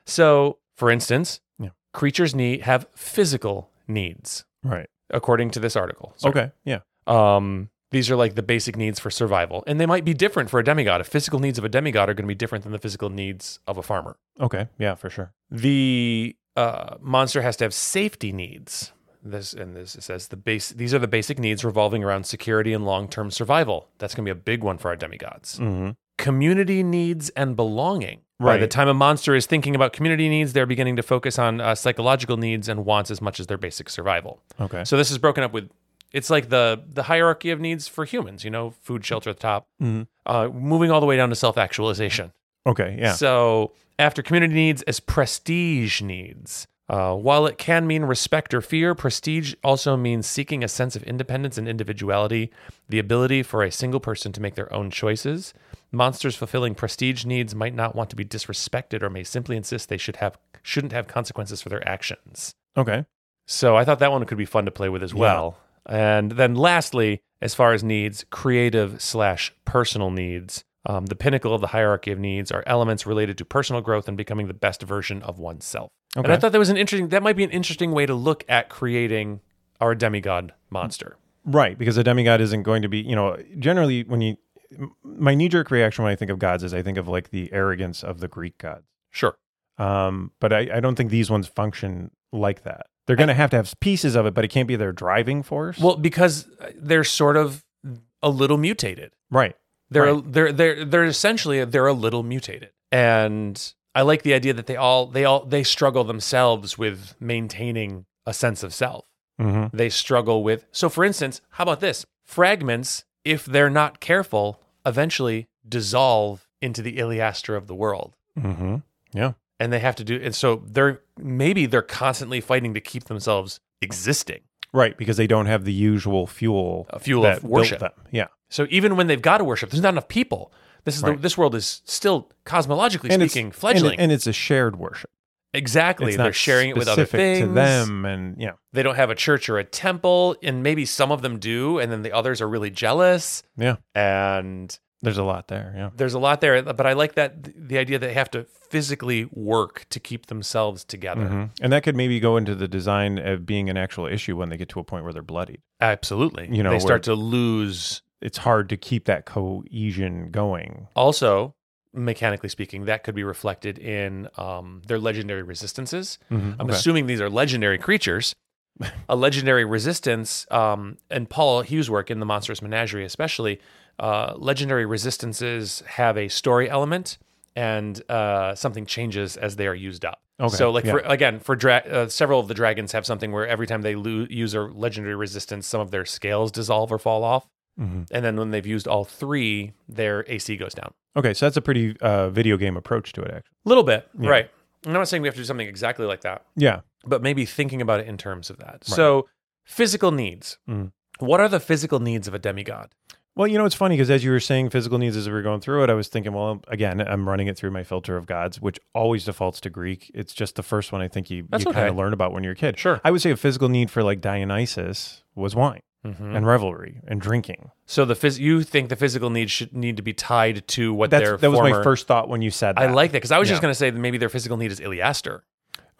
Speaker 2: so, for instance,
Speaker 3: Yeah.
Speaker 2: creatures need have physical needs,
Speaker 3: Right.
Speaker 2: according to this article. So,
Speaker 3: Okay. Yeah.
Speaker 2: Um, these are like the basic needs for survival, and they might be different for a demigod. If physical needs of a demigod are going to be different than the physical needs of a farmer,
Speaker 3: Okay. Yeah, for sure.
Speaker 2: the uh, monster has to have safety needs. This and this it says the base. These are the basic needs revolving around security and long-term survival. That's going to be a big one for our demigods
Speaker 3: Mhm.
Speaker 2: community needs and belonging. By the
Speaker 3: Right.
Speaker 2: time a monster is thinking about community needs, they're beginning to focus on uh, psychological needs and wants as much as their basic survival.
Speaker 3: Okay.
Speaker 2: So this is broken up with it's like the the hierarchy of needs for humans. You know, food, shelter at the top,
Speaker 3: Mhm.
Speaker 2: uh, moving all the way down to self actualization.
Speaker 3: Okay. Yeah.
Speaker 2: So after community needs is prestige needs. Uh, while it can mean respect or fear, prestige also means seeking a sense of independence and individuality, the ability for a single person to make their own choices. Monsters fulfilling prestige needs might not want to be disrespected or may simply insist they should have shouldn't have consequences for their actions.
Speaker 3: okay.
Speaker 2: So I thought that one could be fun to play with as well. And then lastly, as far as needs, creative slash personal needs. Um, the pinnacle of the hierarchy of needs are elements related to personal growth and becoming the best version of oneself. And I
Speaker 3: Okay.
Speaker 2: thought that was an interesting. That might be an interesting way to look at creating our demigod monster.
Speaker 3: Right, because a demigod isn't going to be, you know, generally when you m- my knee-jerk reaction when I think of gods is I think of like the arrogance of the Greek gods.
Speaker 2: Sure.
Speaker 3: Um, but I, I don't think these ones function like that. They're going to have to have pieces of it, but it can't be their driving force.
Speaker 2: Well, because they're sort of a little mutated.
Speaker 3: right.
Speaker 2: They're
Speaker 3: Right.
Speaker 2: they're they're they're essentially they're a little mutated, and I like the idea that they all they all they struggle themselves with maintaining a sense of self.
Speaker 3: Mm-hmm.
Speaker 2: They struggle with so, for instance, how about this? Fragments, if they're not careful, eventually dissolve into the Iliaster of the world,
Speaker 3: Mm-hmm.
Speaker 2: and they have to do. And so they're maybe they're constantly fighting to keep themselves existing,
Speaker 3: Right, because they don't have the usual fuel
Speaker 2: a fuel
Speaker 3: that
Speaker 2: of worship.
Speaker 3: built them. Yeah,
Speaker 2: So even when they've got to worship, there's not enough people. This is
Speaker 3: Right.
Speaker 2: the, this world is still cosmologically
Speaker 3: And it's-
Speaker 2: speaking
Speaker 3: and it-
Speaker 2: fledgling.
Speaker 3: and, it's a shared worship.
Speaker 2: exactly,
Speaker 3: It's
Speaker 2: they're
Speaker 3: not
Speaker 2: sharing it with other
Speaker 3: specific
Speaker 2: things.
Speaker 3: to them, and yeah,
Speaker 2: They don't have a church or a temple, and maybe some of them do, and then the others are really jealous.
Speaker 3: yeah.
Speaker 2: And
Speaker 3: There's a lot there. Yeah,
Speaker 2: there's a lot there, but I like that the idea that they have to physically work to keep themselves together.
Speaker 3: Mhm. and that could maybe go into the design of being an actual issue when they get to a point where they're bloodied.
Speaker 2: Absolutely,
Speaker 3: You know,
Speaker 2: they
Speaker 3: where-
Speaker 2: start to lose
Speaker 3: it's hard to keep that cohesion going.
Speaker 2: Also, mechanically speaking, that could be reflected in um, their legendary resistances. I'm
Speaker 3: Mm-hmm. Okay.
Speaker 2: assuming these are legendary creatures. A legendary resistance, um, and Paul Hughes' work in the Monstrous Menagerie, especially, uh, legendary resistances have a story element, and uh, something changes as they are used up.
Speaker 3: Okay,
Speaker 2: So, like
Speaker 3: yeah.
Speaker 2: for, again, for dra- uh, several of the dragons have something where every time they lo- use a legendary resistance, some of their scales dissolve or fall off,
Speaker 3: Mhm.
Speaker 2: and then when they've used all three, their AC goes down.
Speaker 3: Okay, so that's a pretty uh, video game approach to it, actually.
Speaker 2: little bit,
Speaker 3: Yeah.
Speaker 2: right? I'm not saying we have to do something exactly like that,
Speaker 3: Yeah.
Speaker 2: but maybe thinking about it in terms of that. So, physical needs.
Speaker 3: Mm.
Speaker 2: What are the physical needs of a demigod?
Speaker 3: Well, you know, it's funny because as you were saying physical needs as we were going through it, I was thinking, well, again, I'm running it through my filter of gods, which always defaults to Greek. It's just the first one I think you,
Speaker 2: That's
Speaker 3: you kind
Speaker 2: okay.
Speaker 3: of learn about when you're a kid.
Speaker 2: Sure.
Speaker 3: I would say a physical need for like Dionysus was wine
Speaker 2: Mm-hmm.
Speaker 3: and revelry and drinking.
Speaker 2: So the phys- you think the physical needs should need to be tied to what
Speaker 3: That's,
Speaker 2: their
Speaker 3: that was my
Speaker 2: former-
Speaker 3: first thought when you said that.
Speaker 2: I like that because I was just
Speaker 3: Yeah.
Speaker 2: going to say that maybe their physical need is Iliaster.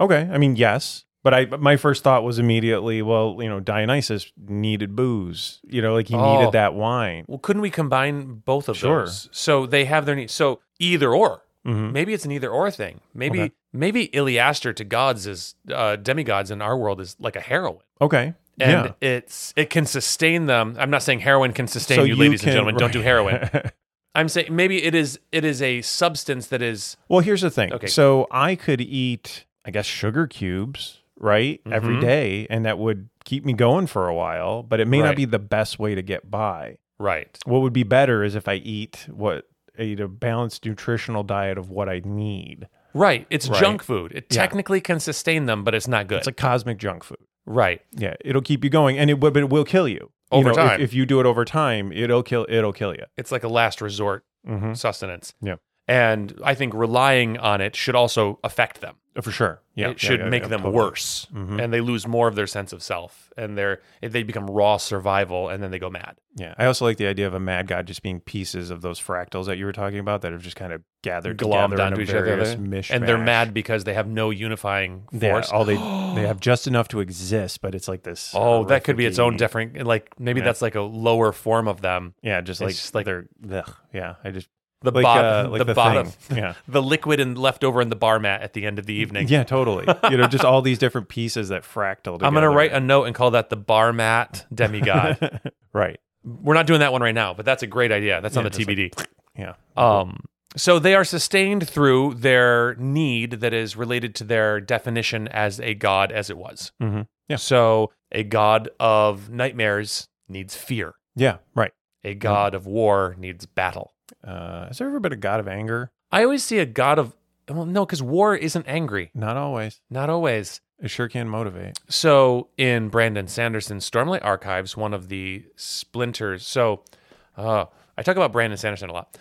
Speaker 3: Okay, I mean yes, but I but my first thought was immediately, well, you know, Dionysus needed booze, you know, like he
Speaker 2: Oh.
Speaker 3: needed that wine.
Speaker 2: Well, couldn't we combine both of
Speaker 3: Sure.
Speaker 2: those? So they have their needs. So either or.
Speaker 3: Mhm.
Speaker 2: Maybe it's an either or thing. Maybe
Speaker 3: Okay.
Speaker 2: maybe Iliaster to gods is uh, demigods in our world is like a heroine.
Speaker 3: Okay,
Speaker 2: and
Speaker 3: yeah.
Speaker 2: it's it can sustain them. I'm not saying heroin can sustain
Speaker 3: So
Speaker 2: you,
Speaker 3: you
Speaker 2: ladies
Speaker 3: can-
Speaker 2: and gentlemen. Don't
Speaker 3: [LAUGHS]
Speaker 2: do heroin.
Speaker 3: right.
Speaker 2: I'm saying maybe it is it is a substance that is
Speaker 3: well, here's the thing.
Speaker 2: Okay.
Speaker 3: So I could eat, I guess, sugar cubes, right, every
Speaker 2: Mhm.
Speaker 3: day, and that would keep me going for a while. But it may
Speaker 2: Right.
Speaker 3: not be the best way to get by.
Speaker 2: right.
Speaker 3: What would be better is if I eat what eat a balanced nutritional diet of what I need.
Speaker 2: Right. It's
Speaker 3: Right.
Speaker 2: junk food. It
Speaker 3: Yeah.
Speaker 2: technically can sustain them, but it's not good.
Speaker 3: It's like cosmic junk food.
Speaker 2: right.
Speaker 3: Yeah, it'll keep you going, and it will, but it will kill you You
Speaker 2: Over
Speaker 3: know, if-
Speaker 2: time.
Speaker 3: If, you do it over time, it'll kill. It'll kill you.
Speaker 2: It's like a last resort
Speaker 3: Mm-hmm.
Speaker 2: sustenance.
Speaker 3: Yeah.
Speaker 2: And I think relying on it should also affect them.
Speaker 3: Oh, For sure. Yeah,
Speaker 2: it should make them worse,
Speaker 3: Mhm.
Speaker 2: and they lose more of their sense of self, and they're they become raw survival, and then they go mad.
Speaker 3: Yeah, I also like the idea of a mad god just being pieces of those fractals that you were talking about that have just kind of gathered
Speaker 2: glommed
Speaker 3: together in
Speaker 2: onto
Speaker 3: a
Speaker 2: each other,
Speaker 3: various
Speaker 2: and they're
Speaker 3: mishmash.
Speaker 2: mad because they have no unifying
Speaker 3: They
Speaker 2: force.
Speaker 3: all they
Speaker 2: [GASPS]
Speaker 3: they have just enough to exist, but it's like this.
Speaker 2: Oh, that could be its own
Speaker 3: horrific-y-
Speaker 2: different. Like maybe
Speaker 3: Yeah.
Speaker 2: that's like a lower form of them.
Speaker 3: Yeah, just
Speaker 2: It's
Speaker 3: like,
Speaker 2: just like-
Speaker 3: they're. Ugh, yeah, I just
Speaker 2: The
Speaker 3: like,
Speaker 2: bottom,
Speaker 3: uh, like
Speaker 2: the,
Speaker 3: the,
Speaker 2: bottom, [LAUGHS]
Speaker 3: Thing. Yeah,
Speaker 2: the liquid and left over in the bar mat at the end of the evening.
Speaker 3: Mm, yeah, totally. You know, just all these different pieces that fractal.
Speaker 2: [LAUGHS]
Speaker 3: Together.
Speaker 2: I'm gonna write a note and call that the bar mat demigod.
Speaker 3: [LAUGHS] right.
Speaker 2: We're not doing that one right now, but that's a great idea. That's on
Speaker 3: Yeah,
Speaker 2: the
Speaker 3: just like-
Speaker 2: TBD.
Speaker 3: [LAUGHS] Yeah.
Speaker 2: Um, so they are sustained through their need that is related to their definition as a god, as it was.
Speaker 3: Mhm. Yeah.
Speaker 2: So a god of nightmares needs fear.
Speaker 3: Yeah. Right.
Speaker 2: A god of war needs battle.
Speaker 3: Uh, has there ever been a god of anger?
Speaker 2: I always see a god of well, no, because war isn't angry,
Speaker 3: Not always.
Speaker 2: not always.
Speaker 3: It sure can motivate.
Speaker 2: So in Brandon Sanderson's Stormlight Archives, one of the splinters. So uh, I talk about Brandon Sanderson a lot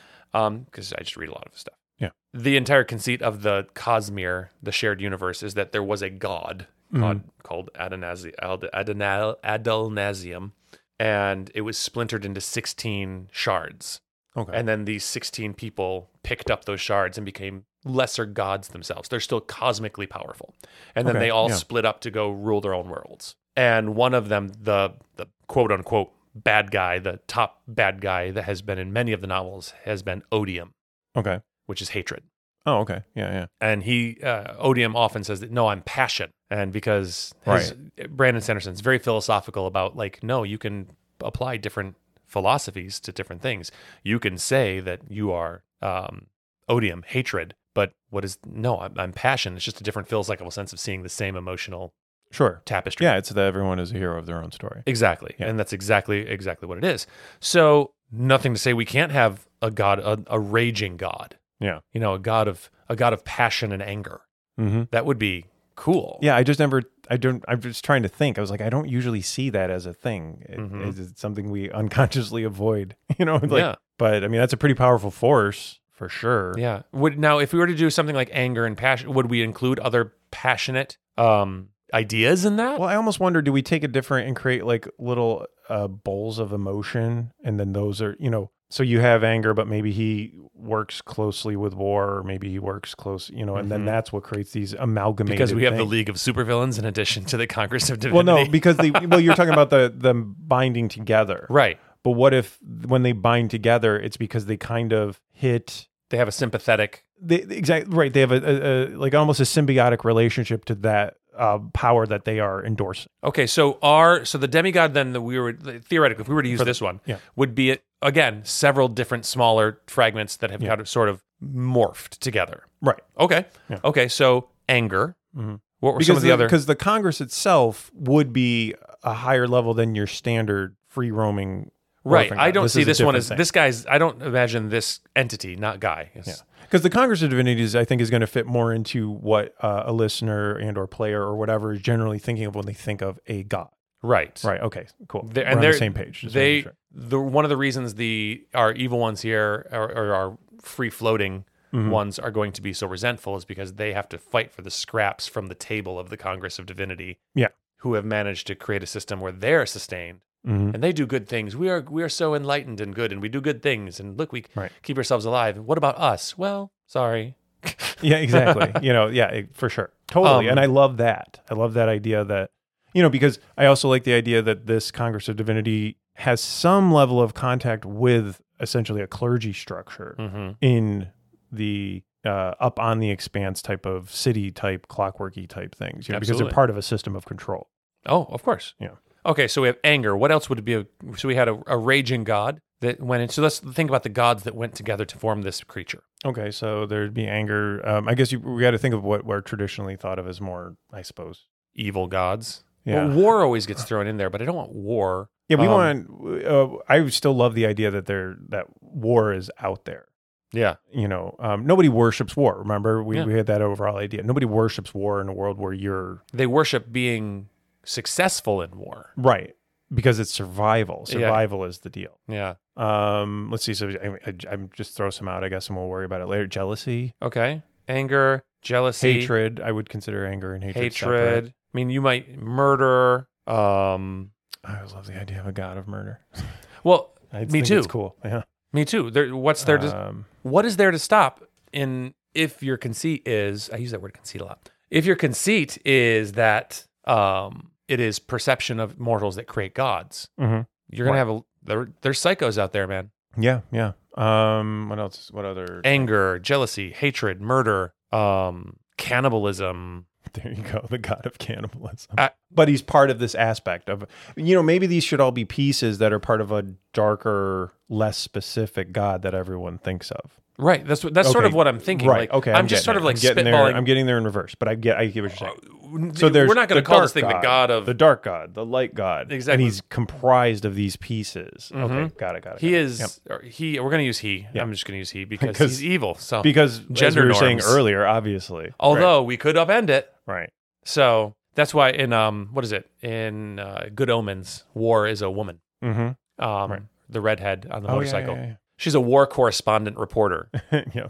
Speaker 2: because I just read a lot of his stuff.
Speaker 3: Yeah.
Speaker 2: The entire conceit of the Cosmere, the shared universe, is that there was a god called, called Adonasi- Ald- Adonal- Adonasium, and it was splintered into 16 shards.
Speaker 3: Okay.
Speaker 2: And then these 16 people picked up those shards and became lesser gods themselves. They're still cosmically powerful. And then
Speaker 3: Okay,
Speaker 2: they all
Speaker 3: yeah.
Speaker 2: split up to go rule their own worlds. And one of them, the, the quote unquote bad guy, the top bad guy that has been in many of the novels, has been Odium,
Speaker 3: okay.
Speaker 2: which is hatred.
Speaker 3: Oh, okay. Yeah, yeah.
Speaker 2: And he, uh, Odium often says that, no, I'm passion. And because his, Brandon Sanderson's very philosophical about, like, no, you can apply different philosophies to different things. You can say that you are um, Odium, hatred, but what is, no, I'm, I'm passion. It's just a different philosophical sense of seeing the same emotional
Speaker 3: Sure.
Speaker 2: tapestry.
Speaker 3: Yeah, it's that everyone is a hero of their own story.
Speaker 2: Exactly.
Speaker 3: Yeah.
Speaker 2: And that's exactly exactly what it is. So nothing to say we can't have a god a, a raging god.
Speaker 3: Yeah.
Speaker 2: You know, a god of a god of passion and anger.
Speaker 3: Mm-hmm.
Speaker 2: That would be cool.
Speaker 3: Yeah, I just never. I don't. I'm just trying to think. I was like, I don't usually see that as a thing. It-
Speaker 2: Mhm.
Speaker 3: Is it something we [LAUGHS] unconsciously avoid? [LAUGHS] You know, like.
Speaker 2: yeah.
Speaker 3: But I mean, that's a pretty powerful force for sure.
Speaker 2: Yeah. Would now if we were to do something like anger and passion, would we include other passionate um ideas in that?
Speaker 3: Well, I almost wonder, do we take a different and create like little uh, bowls of emotion, and then those are, you know, so you have anger, but maybe he works closely with war, or maybe he works close, you know, and
Speaker 2: Mhm.
Speaker 3: then that's what creates these amalgamated.
Speaker 2: because we have the
Speaker 3: things.
Speaker 2: League of Supervillains in [LAUGHS] addition to the Congress of Divinity.
Speaker 3: Well, no, because the well, you're talking about the them binding together,
Speaker 2: right.
Speaker 3: But what if when they bind together, it's because they kind of hit
Speaker 2: They have a sympathetic.
Speaker 3: they exactly right. They have a, a, a like almost a symbiotic relationship to that uh, power that they are endorsing.
Speaker 2: Okay, so our so the demigod then that we were theoretically, if we were to use this one,
Speaker 3: yeah.
Speaker 2: would be again several different smaller fragments that have
Speaker 3: Yeah.
Speaker 2: kind of sort of morphed together.
Speaker 3: Right.
Speaker 2: Okay.
Speaker 3: Yeah.
Speaker 2: Okay. So anger.
Speaker 3: Mhm.
Speaker 2: What were some of the, other?
Speaker 3: because the Congress itself would be a higher level than your standard free roaming.
Speaker 2: Right.
Speaker 3: orphan
Speaker 2: I
Speaker 3: guide.
Speaker 2: don't see
Speaker 3: is a
Speaker 2: this one
Speaker 3: different
Speaker 2: as
Speaker 3: thing.
Speaker 2: this guy's. I don't imagine this entity, not guy. It's-
Speaker 3: Yeah. Because the Congress of Divinities, I think, is going to fit more into what uh, a listener and or player or whatever is generally thinking of when they think of a god.
Speaker 2: Right.
Speaker 3: Right. Okay. Cool.
Speaker 2: They're,
Speaker 3: We're
Speaker 2: and
Speaker 3: on
Speaker 2: they're
Speaker 3: the same page. just
Speaker 2: They
Speaker 3: making sure.
Speaker 2: the one of the reasons the our evil ones here or, or our free floating
Speaker 3: Mm-hmm.
Speaker 2: ones are going to be so resentful is because they have to fight for the scraps from the table of the Congress of Divinity.
Speaker 3: Yeah.
Speaker 2: Who have managed to create a system where they're sustained
Speaker 3: Mhm.
Speaker 2: and they do good things. We are we are so enlightened and good and we do good things and look we
Speaker 3: Right.
Speaker 2: keep ourselves alive. What about us? Well, sorry. [LAUGHS]
Speaker 3: Yeah, exactly. you know, yeah, it- for sure. Totally.
Speaker 2: Um,
Speaker 3: and I love that. I love that idea that, you know, because I also like the idea that this Congress of Divinity has some level of contact with essentially a clergy structure
Speaker 2: Mm-hmm.
Speaker 3: in the uh, up on the expanse type of city type clockworky type things, you know, because
Speaker 2: Absolutely.
Speaker 3: they're part of a system of control.
Speaker 2: Oh, of course.
Speaker 3: Yeah.
Speaker 2: Okay, so we have anger. What else would it be? A, so we had a, a raging god that went in. So let's think about the gods that went together to form this creature.
Speaker 3: Okay, so there'd be anger. Um, I guess you, we got to think of what we're traditionally thought of as more, I suppose.
Speaker 2: Evil gods.
Speaker 3: Yeah.
Speaker 2: Well, war always gets thrown in there, but I don't want war.
Speaker 3: Yeah, we
Speaker 2: Um,
Speaker 3: want. Uh, I still love the idea that there that war is out there.
Speaker 2: Yeah.
Speaker 3: You know, um, nobody worships war. Remember, we,
Speaker 2: Yeah.
Speaker 3: we had that overall idea. Nobody worships war in a world where you're
Speaker 2: They worship being successful in war.
Speaker 3: right because it's survival.
Speaker 2: Yeah.
Speaker 3: Survival is the deal.
Speaker 2: Yeah.
Speaker 3: Um, let's see. So I, I, am just throw some out, I guess, and we'll worry about it later. Jealousy,
Speaker 2: Okay. Anger, jealousy,
Speaker 3: hatred. I would consider anger and hatred.
Speaker 2: hatred.
Speaker 3: separate.
Speaker 2: I mean, you might murder. Um.
Speaker 3: I always love the idea of a god of murder.
Speaker 2: Well,
Speaker 3: I
Speaker 2: Me
Speaker 3: think It's
Speaker 2: too.
Speaker 3: cool. Yeah.
Speaker 2: me too. There, what's there to
Speaker 3: um,
Speaker 2: what is there to stop in if your conceit is I use that word conceit a lot. If your conceit is that um, it is perception of mortals that create gods,
Speaker 3: mhm.
Speaker 2: you're gonna have a there, there's psychos out there, man.
Speaker 3: Yeah. Yeah. Um, what else? What other?
Speaker 2: Anger, jealousy, hatred, murder, um, cannibalism.
Speaker 3: [LAUGHS] There you go, the god of cannibalism.
Speaker 2: Uh,
Speaker 3: but he's part of this aspect of, you know, maybe these should all be pieces that are part of a darker, less specific god that everyone thinks of.
Speaker 2: Right. That's what that's sort
Speaker 3: Okay,
Speaker 2: of what I'm thinking.
Speaker 3: right?
Speaker 2: Like,
Speaker 3: okay,
Speaker 2: I'm, just
Speaker 3: getting
Speaker 2: sort
Speaker 3: it.
Speaker 2: of like
Speaker 3: I'm getting
Speaker 2: spitballing.
Speaker 3: There, I'm getting there in reverse, but I get, I get what you're saying.
Speaker 2: so
Speaker 3: So there's
Speaker 2: we're not going
Speaker 3: the
Speaker 2: to call this
Speaker 3: dark
Speaker 2: thing the god of.
Speaker 3: the dark god, the light god, and
Speaker 2: Exactly. Mm-hmm.
Speaker 3: he's comprised of these pieces. Okay, got it, got it.
Speaker 2: he
Speaker 3: got it.
Speaker 2: is or he. We're going to use he. I'm just going to use
Speaker 3: [LAUGHS]
Speaker 2: he because
Speaker 3: 'Cause-
Speaker 2: he's evil. So
Speaker 3: because as
Speaker 2: Gender
Speaker 3: we were saying
Speaker 2: norms.
Speaker 3: earlier, obviously,
Speaker 2: although we could upend it,
Speaker 3: right. right.
Speaker 2: So that's why in um what is it in uh, Good Omens, War is a woman.
Speaker 3: Mm-hmm. [LAUGHS]
Speaker 2: Um,
Speaker 3: Right.
Speaker 2: the redhead on the
Speaker 3: Oh, yeah,
Speaker 2: motorcycle.
Speaker 3: yeah,
Speaker 2: She's a war correspondent
Speaker 3: [LAUGHS]
Speaker 2: reporter.
Speaker 3: yeah,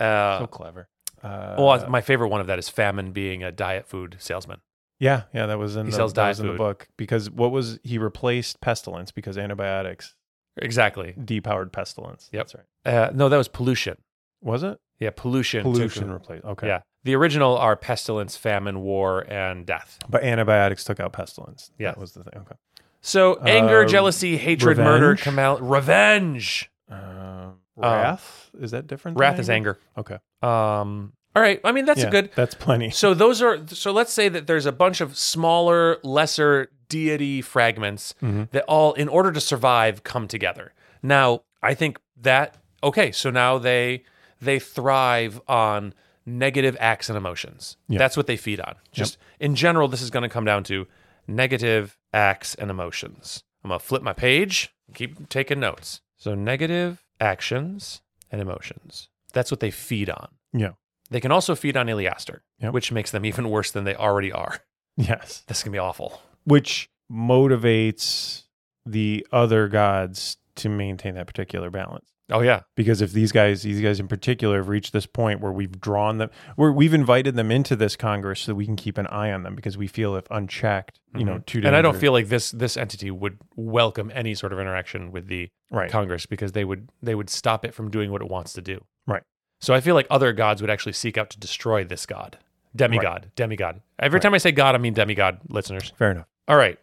Speaker 3: yeah.
Speaker 2: Uh,
Speaker 3: so clever. Uh,
Speaker 2: well, my favorite one of that is famine being a diet food salesman.
Speaker 3: Yeah, yeah, that was in,
Speaker 2: He
Speaker 3: the,
Speaker 2: sells
Speaker 3: that was
Speaker 2: diet
Speaker 3: in the
Speaker 2: food.
Speaker 3: book because what was he replaced pestilence because antibiotics
Speaker 2: Exactly.
Speaker 3: depowered pestilence.
Speaker 2: Yep.
Speaker 3: That's right.
Speaker 2: Uh, no, that was pollution.
Speaker 3: Was it
Speaker 2: Yeah, pollution. took-
Speaker 3: pollution replaced? Okay.
Speaker 2: Yeah. The original are pestilence, famine, war, and death.
Speaker 3: But antibiotics took out pestilence.
Speaker 2: Yes.
Speaker 3: That was the thing. Okay.
Speaker 2: So anger,
Speaker 3: Uh,
Speaker 2: jealousy, hatred, murder,
Speaker 3: revenge?
Speaker 2: come out. Revenge.
Speaker 3: Um, wrath is that different? than
Speaker 2: Wrath is anger.
Speaker 3: Okay.
Speaker 2: Um, all right. I mean, that's
Speaker 3: Yeah,
Speaker 2: a good.
Speaker 3: That's plenty.
Speaker 2: So those are so let's say that there's a bunch of smaller, lesser deity fragments that all in order to survive come together. Now, I think that okay, so now they they thrive on negative acts and emotions.
Speaker 3: Yeah.
Speaker 2: That's what they feed on. Just in general, this is going to come down to negative acts and emotions. I'm going to flip my page, keep taking notes. So negative actions and emotions. That's what they feed on.
Speaker 3: Yeah.
Speaker 2: They can also feed on Iliaster,
Speaker 3: Yep.
Speaker 2: which makes them even worse than they already are. [LAUGHS]
Speaker 3: Yes.
Speaker 2: This can be awful.
Speaker 3: Which motivates the other gods to maintain that particular balance.
Speaker 2: Oh yeah,
Speaker 3: because if these guys these guys in particular have reached this point where we've drawn them where we've invited them into this congress so that we can keep an eye on them because we feel if unchecked you know too
Speaker 2: Mm-hmm. and I don't
Speaker 3: dangerous-
Speaker 2: feel like this this entity would welcome any sort of interaction with the
Speaker 3: right
Speaker 2: Congress because they would they would stop it from doing what it wants to do.
Speaker 3: Right.
Speaker 2: So I feel like other gods would actually seek out to destroy this god, demigod, demigod. Every time I say god, I mean demigod, listeners.
Speaker 3: fair enough
Speaker 2: All right,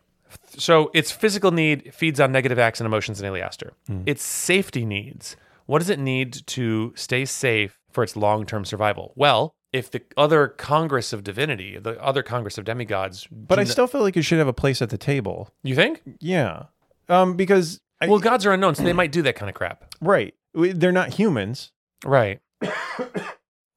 Speaker 2: So its physical need feeds on negative acts and emotions in Eliaster.
Speaker 3: Mm.
Speaker 2: Its safety needs. What does it need to stay safe for its long term survival? Well, if the other Congress of Divinity, the other Congress of Demigods,
Speaker 3: But I still feel like it should have a place at the table.
Speaker 2: you think?
Speaker 3: Yeah. Um, because I,
Speaker 2: Well, gods are unknown, so they might do that kind of crap.
Speaker 3: right, We- they're not humans.
Speaker 2: Right.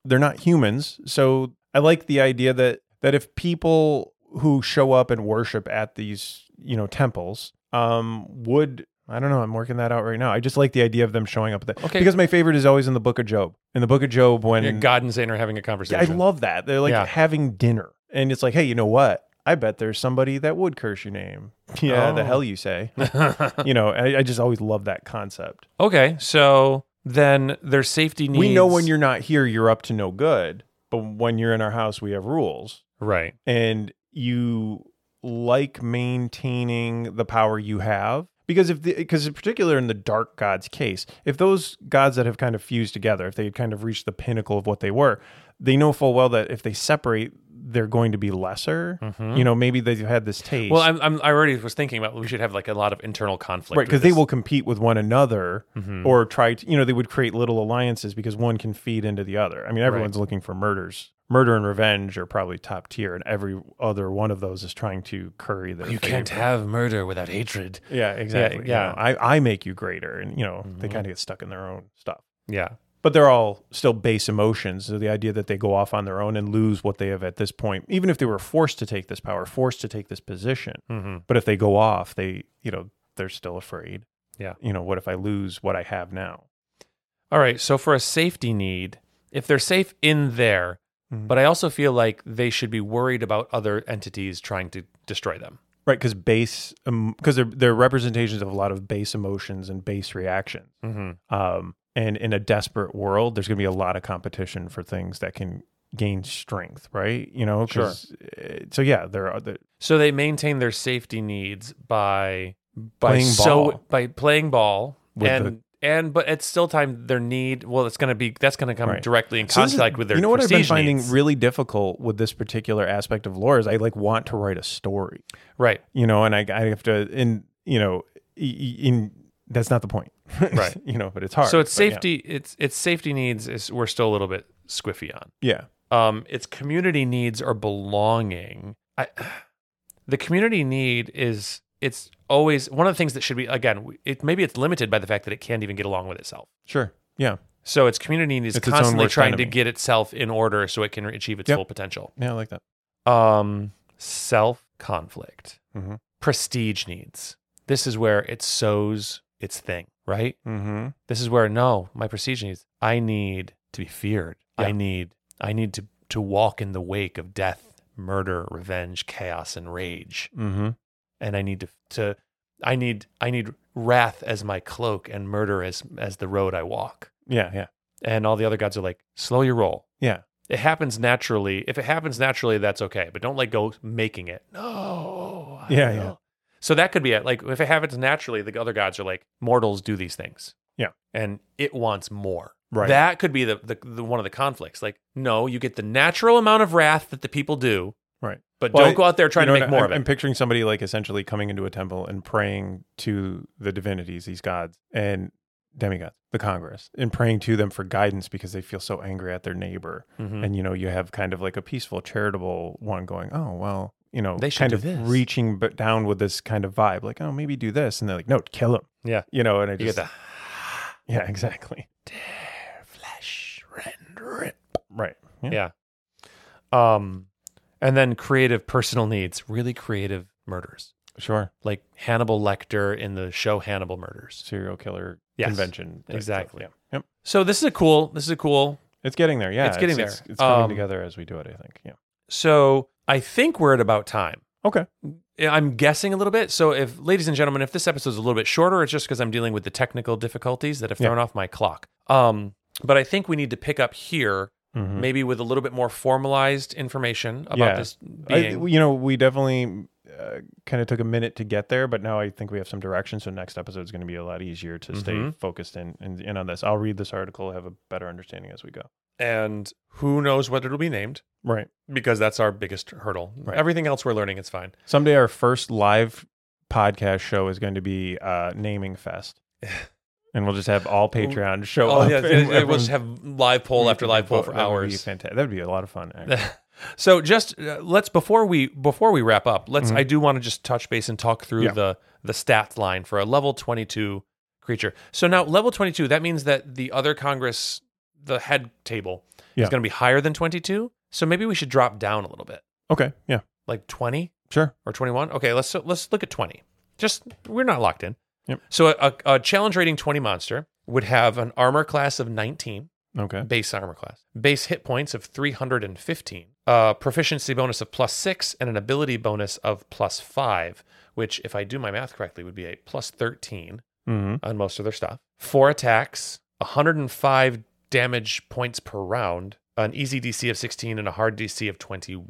Speaker 3: They're not humans. So I like the idea that that if people who show up and worship at these, you know, temples, um, would I don't know. I'm working that out right now. I just like the idea of them showing up at the
Speaker 2: Okay.
Speaker 3: Because my favorite is always in the Book of Job. In the Book of Job, when
Speaker 2: Your God and Satan are having a
Speaker 3: Yeah,
Speaker 2: conversation.
Speaker 3: I love that. They're like
Speaker 2: Yeah.
Speaker 3: having dinner. And it's like, hey, you know what? I bet there's somebody that would curse your name. [LAUGHS] Yeah, the
Speaker 2: Oh.
Speaker 3: hell you say.
Speaker 2: [LAUGHS]
Speaker 3: you know, I, I just always love that concept.
Speaker 2: Okay, so then their safety needs.
Speaker 3: We know when you're not here, you're up to no good. But when you're in our house, we have rules.
Speaker 2: right.
Speaker 3: And you like maintaining the power you have. Because if, because in particular in the dark gods case, if those gods that have kind of fused together, if they had kind of reached the pinnacle of what they were, they know full well that if they separate, they're going to be lesser. You know, maybe they've had this taste.
Speaker 2: Mm-hmm. Well, I'm, I'm, I already was thinking about we should have like a lot of internal conflict,
Speaker 3: right
Speaker 2: with
Speaker 3: because they
Speaker 2: this. Mm-hmm.
Speaker 3: will compete with one another or try to you know they would create little alliances because one can feed into the other i mean everyone's looking for murders murder and revenge are probably top tier and every other one of those is trying to curry their
Speaker 2: You
Speaker 3: favor.
Speaker 2: can't have murder without hatred.
Speaker 3: yeah exactly
Speaker 2: yeah. Mm-hmm.
Speaker 3: yeah, I, I make you greater and you know they kind of get stuck in their own stuff
Speaker 2: Yeah.
Speaker 3: but they're all still base emotions. So the idea that they go off on their own and lose what they have at this point, even if they were forced to take this power, forced to take this position, but if they go off, they you know they're still afraid.
Speaker 2: Yeah.
Speaker 3: you know what if I lose what I have now?
Speaker 2: All right. So for a safety need, if they're safe in there,
Speaker 3: Mm-hmm.
Speaker 2: but I also feel like they should be worried about other entities trying to destroy them.
Speaker 3: Right, because base because they're they're representations of a lot of base emotions and base reactions. Um, and in a desperate world, there's going to be a lot of competition for things that can gain strength. Right, you know. 'cause, uh, So yeah, there are the,
Speaker 2: So they maintain their safety needs by by
Speaker 3: Playing
Speaker 2: so
Speaker 3: ball.
Speaker 2: by playing ball
Speaker 3: With
Speaker 2: and. and but at still time their need well it's gonna be that's gonna come
Speaker 3: Right.
Speaker 2: directly in
Speaker 3: So this is-
Speaker 2: conflict with their
Speaker 3: you know what I've been
Speaker 2: prestige
Speaker 3: finding
Speaker 2: needs.
Speaker 3: really difficult with this particular aspect of lore is I like want to write a story,
Speaker 2: right
Speaker 3: you know, and I, I have to, and you know, i- i- in that's not the point, [LAUGHS]
Speaker 2: Right.
Speaker 3: you know, but it's hard.
Speaker 2: so it's
Speaker 3: but yeah.
Speaker 2: safety it's it's safety needs is we're still a little bit squiffy on
Speaker 3: Yeah.
Speaker 2: um it's community needs are belonging i the community need is it's always one of the things that should be again it maybe it's limited by the fact that it can't even get along with itself
Speaker 3: sure, yeah,
Speaker 2: so its community need is
Speaker 3: It's its own
Speaker 2: constantly
Speaker 3: worst
Speaker 2: trying to
Speaker 3: enemy.
Speaker 2: get itself in order so it can achieve its
Speaker 3: Yep.
Speaker 2: full potential
Speaker 3: yeah, I like that.
Speaker 2: um self conflict
Speaker 3: Mhm.
Speaker 2: prestige needs this is where it sows its thing right
Speaker 3: Mm-hmm.
Speaker 2: this is where no my prestige needs i need to be feared i need i need to to walk in the wake of death murder revenge chaos and rage
Speaker 3: Mm-hmm.
Speaker 2: and i need to to i need i need wrath as my cloak and murder as as the road i walk
Speaker 3: Yeah, yeah,
Speaker 2: and all the other gods are like slow your roll
Speaker 3: yeah.
Speaker 2: it happens naturally. If it happens naturally, that's okay. But don't like go making it. No. I
Speaker 3: Yeah, yeah.
Speaker 2: So that could be it. Like if it happens naturally, the other gods are like mortals do these things.
Speaker 3: Yeah.
Speaker 2: And it wants more.
Speaker 3: Right.
Speaker 2: That could be the, the, the one of the conflicts. Like no, you get the natural amount of wrath that the people do,
Speaker 3: Right.
Speaker 2: but
Speaker 3: Well,
Speaker 2: don't go out there trying
Speaker 3: You know
Speaker 2: to make
Speaker 3: what,
Speaker 2: more
Speaker 3: I'm,
Speaker 2: of
Speaker 3: I'm
Speaker 2: it.
Speaker 3: picturing somebody like essentially coming into a temple and praying to the divinities, these gods and demigods, the Congress, and praying to them for guidance because they feel so angry at their neighbor.
Speaker 2: Mhm.
Speaker 3: And you know, you have kind of like a peaceful, charitable one going, "Oh well." You know,
Speaker 2: They should
Speaker 3: kind
Speaker 2: do
Speaker 3: of
Speaker 2: this.
Speaker 3: reaching but down with this kind of vibe, like, "Oh, maybe do this," and they're like, "No, kill him."
Speaker 2: Yeah.
Speaker 3: You know, and I
Speaker 2: You
Speaker 3: just
Speaker 2: get the
Speaker 3: yeah, [LAUGHS] exactly,
Speaker 2: flesh render it.
Speaker 3: right, yeah,
Speaker 2: Yeah. Um, and then creative personal needs, really creative murders.
Speaker 3: sure,
Speaker 2: like Hannibal Lecter in the show Hannibal Murders.
Speaker 3: serial killer
Speaker 2: Yes,
Speaker 3: convention, type stuff.
Speaker 2: exactly.
Speaker 3: Yeah. Yep.
Speaker 2: So this is a cool. This is a cool.
Speaker 3: It's getting there. Yeah,
Speaker 2: It's getting
Speaker 3: It's,
Speaker 2: there.
Speaker 3: it's coming
Speaker 2: Um,
Speaker 3: together as we do it. I think. Yeah.
Speaker 2: So I think we're at about time.
Speaker 3: Okay.
Speaker 2: I'm guessing a little bit. So if, ladies and gentlemen, if this episode's a little bit shorter, it's just because I'm dealing with the technical difficulties that have
Speaker 3: Yeah.
Speaker 2: thrown off my clock. Um, but I think we need to pick up here,
Speaker 3: Mhm.
Speaker 2: maybe with a little bit more formalized information about
Speaker 3: Yeah.
Speaker 2: this
Speaker 3: I,
Speaker 2: being.
Speaker 3: you know, we definitely uh, kind of took a minute to get there, but now I think we have some direction. So next episode is going to be a lot easier to stay
Speaker 2: Mhm.
Speaker 3: focused in, in in on this. I'll read this article, have a better understanding as we go.
Speaker 2: and who knows what it'll be named
Speaker 3: Right.
Speaker 2: because that's our biggest hurdle.
Speaker 3: Right.
Speaker 2: Everything else we're learning, it's fine.
Speaker 3: Someday, our first live podcast show is going to be uh, Naming Fest. And we'll just have [LAUGHS] all Patreon show
Speaker 2: Oh
Speaker 3: up.
Speaker 2: yeah,
Speaker 3: and
Speaker 2: it, it
Speaker 3: uh, everyone-
Speaker 2: will just have live poll after live poll for
Speaker 3: that would be
Speaker 2: hours.
Speaker 3: fantastic. That'd be a lot of fun. actually.
Speaker 2: So just uh, let's before we before we wrap up, let's I do want to just touch base and talk through
Speaker 3: Mm-hmm. Yeah.
Speaker 2: the the stats line for a level 22 creature. So now level 22 that means that the other congress the head table
Speaker 3: Yeah.
Speaker 2: is going to be higher than 22. So maybe we should drop down a little bit.
Speaker 3: okay. Yeah.
Speaker 2: Like 20
Speaker 3: Sure.
Speaker 2: or 21. Okay, let's let's look at 20. Just we're not locked in.
Speaker 3: Yep.
Speaker 2: So a, a challenge rating 20 monster would have an armor class of 19
Speaker 3: Okay.
Speaker 2: base armor class, base hit points of 315, uh, proficiency bonus of plus six, and an ability bonus of plus five, which, if I do my math correctly, would be a plus 13
Speaker 3: hmm
Speaker 2: on most of their stuff. Four attacks, 105 damage points per round, an easy DC of 16, and a hard DC of 21.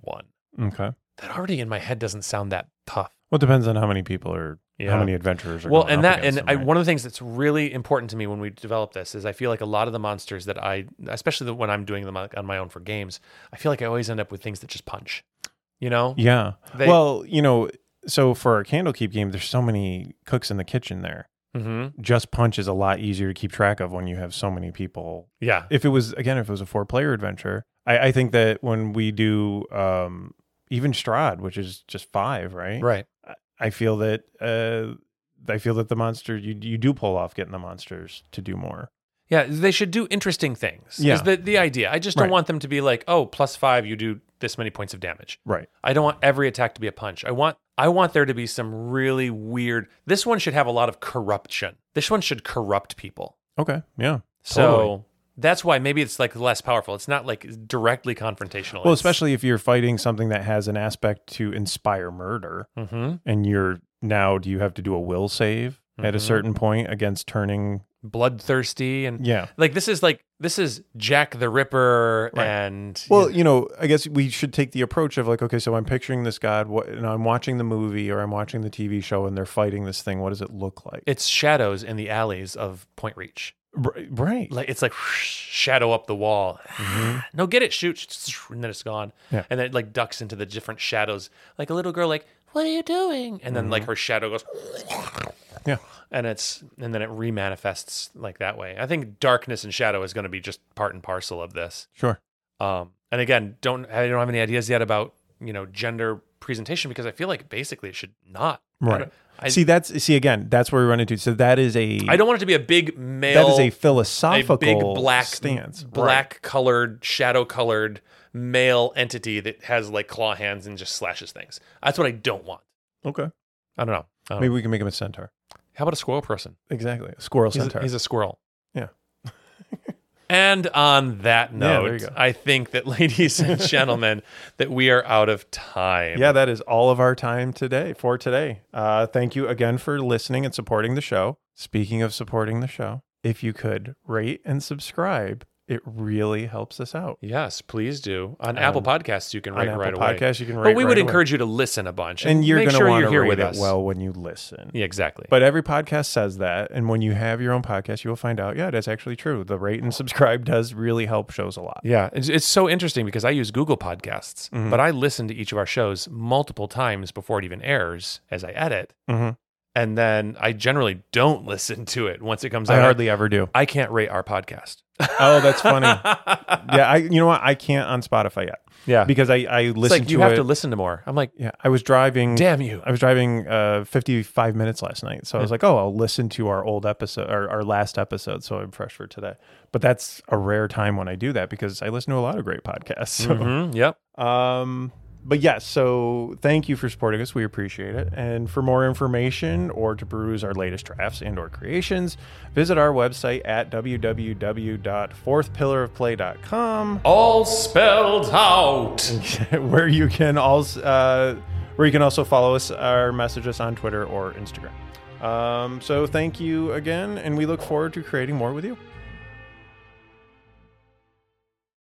Speaker 3: Okay.
Speaker 2: That already in my head doesn't sound that tough.
Speaker 3: Well, it depends on how many people are,
Speaker 2: Yeah.
Speaker 3: how many adventurers are.
Speaker 2: well
Speaker 3: going
Speaker 2: and that
Speaker 3: up
Speaker 2: and
Speaker 3: against
Speaker 2: I,
Speaker 3: them, right?
Speaker 2: one of the things that's really important to me when we develop this is i feel like a lot of the monsters that i especially the, when i'm doing them on on my own for games i feel like i always end up with things that just punch you know
Speaker 3: Yeah.
Speaker 2: They-
Speaker 3: well, you know, so for our Candlekeep game, there's so many cooks in the kitchen there.
Speaker 2: hmm
Speaker 3: Just punch is a lot easier to keep track of when you have so many people.
Speaker 2: yeah
Speaker 3: If it was again, if it was a four player adventure, I, I think that when we do um, even Strad, which is just five, right?
Speaker 2: right
Speaker 3: I feel that uh, I feel that the monster you you do pull off getting the monsters to do more.
Speaker 2: yeah they should do interesting things
Speaker 3: Yeah.
Speaker 2: is the, the idea i just don't
Speaker 3: Right.
Speaker 2: want them to be like oh plus five you do this many points of damage
Speaker 3: Right.
Speaker 2: i don't want every attack to be a punch i want i want there to be some really weird this one should have a lot of corruption this one should corrupt people
Speaker 3: Okay. Yeah.
Speaker 2: So
Speaker 3: Totally.
Speaker 2: that's why maybe it's like less powerful. It's not like directly confrontational.
Speaker 3: Well, especially if you're fighting something that has an aspect to inspire murder.
Speaker 2: hmm
Speaker 3: and you're now do you have to do a will save at a
Speaker 2: Mhm.
Speaker 3: certain point against turning
Speaker 2: bloodthirsty and
Speaker 3: yeah
Speaker 2: like this is like this is Jack the Ripper
Speaker 3: Right.
Speaker 2: and
Speaker 3: well you know i guess we should take the approach of like okay so i'm picturing this god what and i'm watching the movie or i'm watching the tv show and they're fighting this thing what does it look like
Speaker 2: it's shadows in the alleys of Point Reach.
Speaker 3: R- right
Speaker 2: Like it's like shadow up the wall. [SIGHS] no, get it, shoot, and then it's gone.
Speaker 3: Mm-hmm. Yeah.
Speaker 2: And then it like ducks into the different shadows. Like a little girl, like what are you doing? And then
Speaker 3: Mm-hmm.
Speaker 2: like her shadow goes. [LAUGHS]
Speaker 3: yeah
Speaker 2: and it's and then it remanifests like that way. I think darkness and shadow is going to be just part and parcel of this.
Speaker 3: sure
Speaker 2: Um, and again, don't I don't have any ideas yet about you know gender presentation because I feel like basically it should not. I
Speaker 3: Right.
Speaker 2: don't- I,
Speaker 3: see that's see again that's where we run into so that is a
Speaker 2: I don't want it to be a big male.
Speaker 3: that is a
Speaker 2: a
Speaker 3: philosophical
Speaker 2: big black
Speaker 3: stance
Speaker 2: black colored, shadow colored male entity that has like claw hands and just slashes things. That's what I don't want.
Speaker 3: Right. okay
Speaker 2: I don't know. I don't
Speaker 3: maybe
Speaker 2: know.
Speaker 3: we can make him a centaur
Speaker 2: How about a squirrel person?
Speaker 3: exactly a squirrel
Speaker 2: He's
Speaker 3: centaur
Speaker 2: a, he's a squirrel.
Speaker 3: Yeah.
Speaker 2: [LAUGHS] and on that
Speaker 3: Yeah, there
Speaker 2: note,
Speaker 3: you go.
Speaker 2: I think that, [LAUGHS] ladies and gentlemen, that we are out of time.
Speaker 3: Yeah, that is all of our time today for today. Uh, thank you again for listening and supporting the show. Speaking of supporting the show, if you could rate and subscribe, it really helps us out.
Speaker 2: Yes, please do. On Apple Podcasts, you can
Speaker 3: Um, On
Speaker 2: rate
Speaker 3: Apple
Speaker 2: right away.
Speaker 3: Podcasts, you can rate
Speaker 2: but we
Speaker 3: right
Speaker 2: would
Speaker 3: away.
Speaker 2: encourage you to listen a bunch,
Speaker 3: And you're
Speaker 2: make
Speaker 3: going to
Speaker 2: sure
Speaker 3: want
Speaker 2: you're
Speaker 3: to
Speaker 2: here
Speaker 3: rate
Speaker 2: with
Speaker 3: it
Speaker 2: us.
Speaker 3: well when you listen.
Speaker 2: yeah, exactly.
Speaker 3: But every podcast says that, and when you have your own podcast, you will find out. Yeah, that's actually true. The rate and subscribe does really help shows a lot.
Speaker 2: yeah, it's, it's so interesting because I use Google Podcasts,
Speaker 3: Mm-hmm.
Speaker 2: but I listen to each of our shows multiple times before it even airs as I edit,
Speaker 3: Mhm.
Speaker 2: and then I generally don't [LAUGHS] listen to it once it comes out.
Speaker 3: I hardly ever do.
Speaker 2: I can't rate our podcast.
Speaker 3: [LAUGHS] Oh, that's
Speaker 2: [LAUGHS]
Speaker 3: funny. yeah, I. You know what? I can't on Spotify yet.
Speaker 2: Yeah.
Speaker 3: because I I
Speaker 2: It's
Speaker 3: listen
Speaker 2: like you
Speaker 3: to
Speaker 2: have
Speaker 3: it. Mm-hmm.
Speaker 2: to listen to more. I'm like,
Speaker 3: yeah, I was driving.
Speaker 2: damn you.
Speaker 3: I was driving uh, 55 minutes last night. So I was like, oh, I'll listen to our old episode, our, our last episode. So I'm fresh for today. But that's a rare time when I do that because I listen to a lot of great podcasts. So.
Speaker 2: Mhm, yep.
Speaker 3: Um, but yes, so thank you for supporting us. We appreciate it. And for more information or to peruse our latest drafts and or creations, visit our website at www.fourthpillarofplay.com
Speaker 2: All spelled out.
Speaker 3: [LAUGHS] where you can also uh, where you can also follow us or message us on Twitter or Instagram. Um, so thank you again, and we look forward to creating more with you.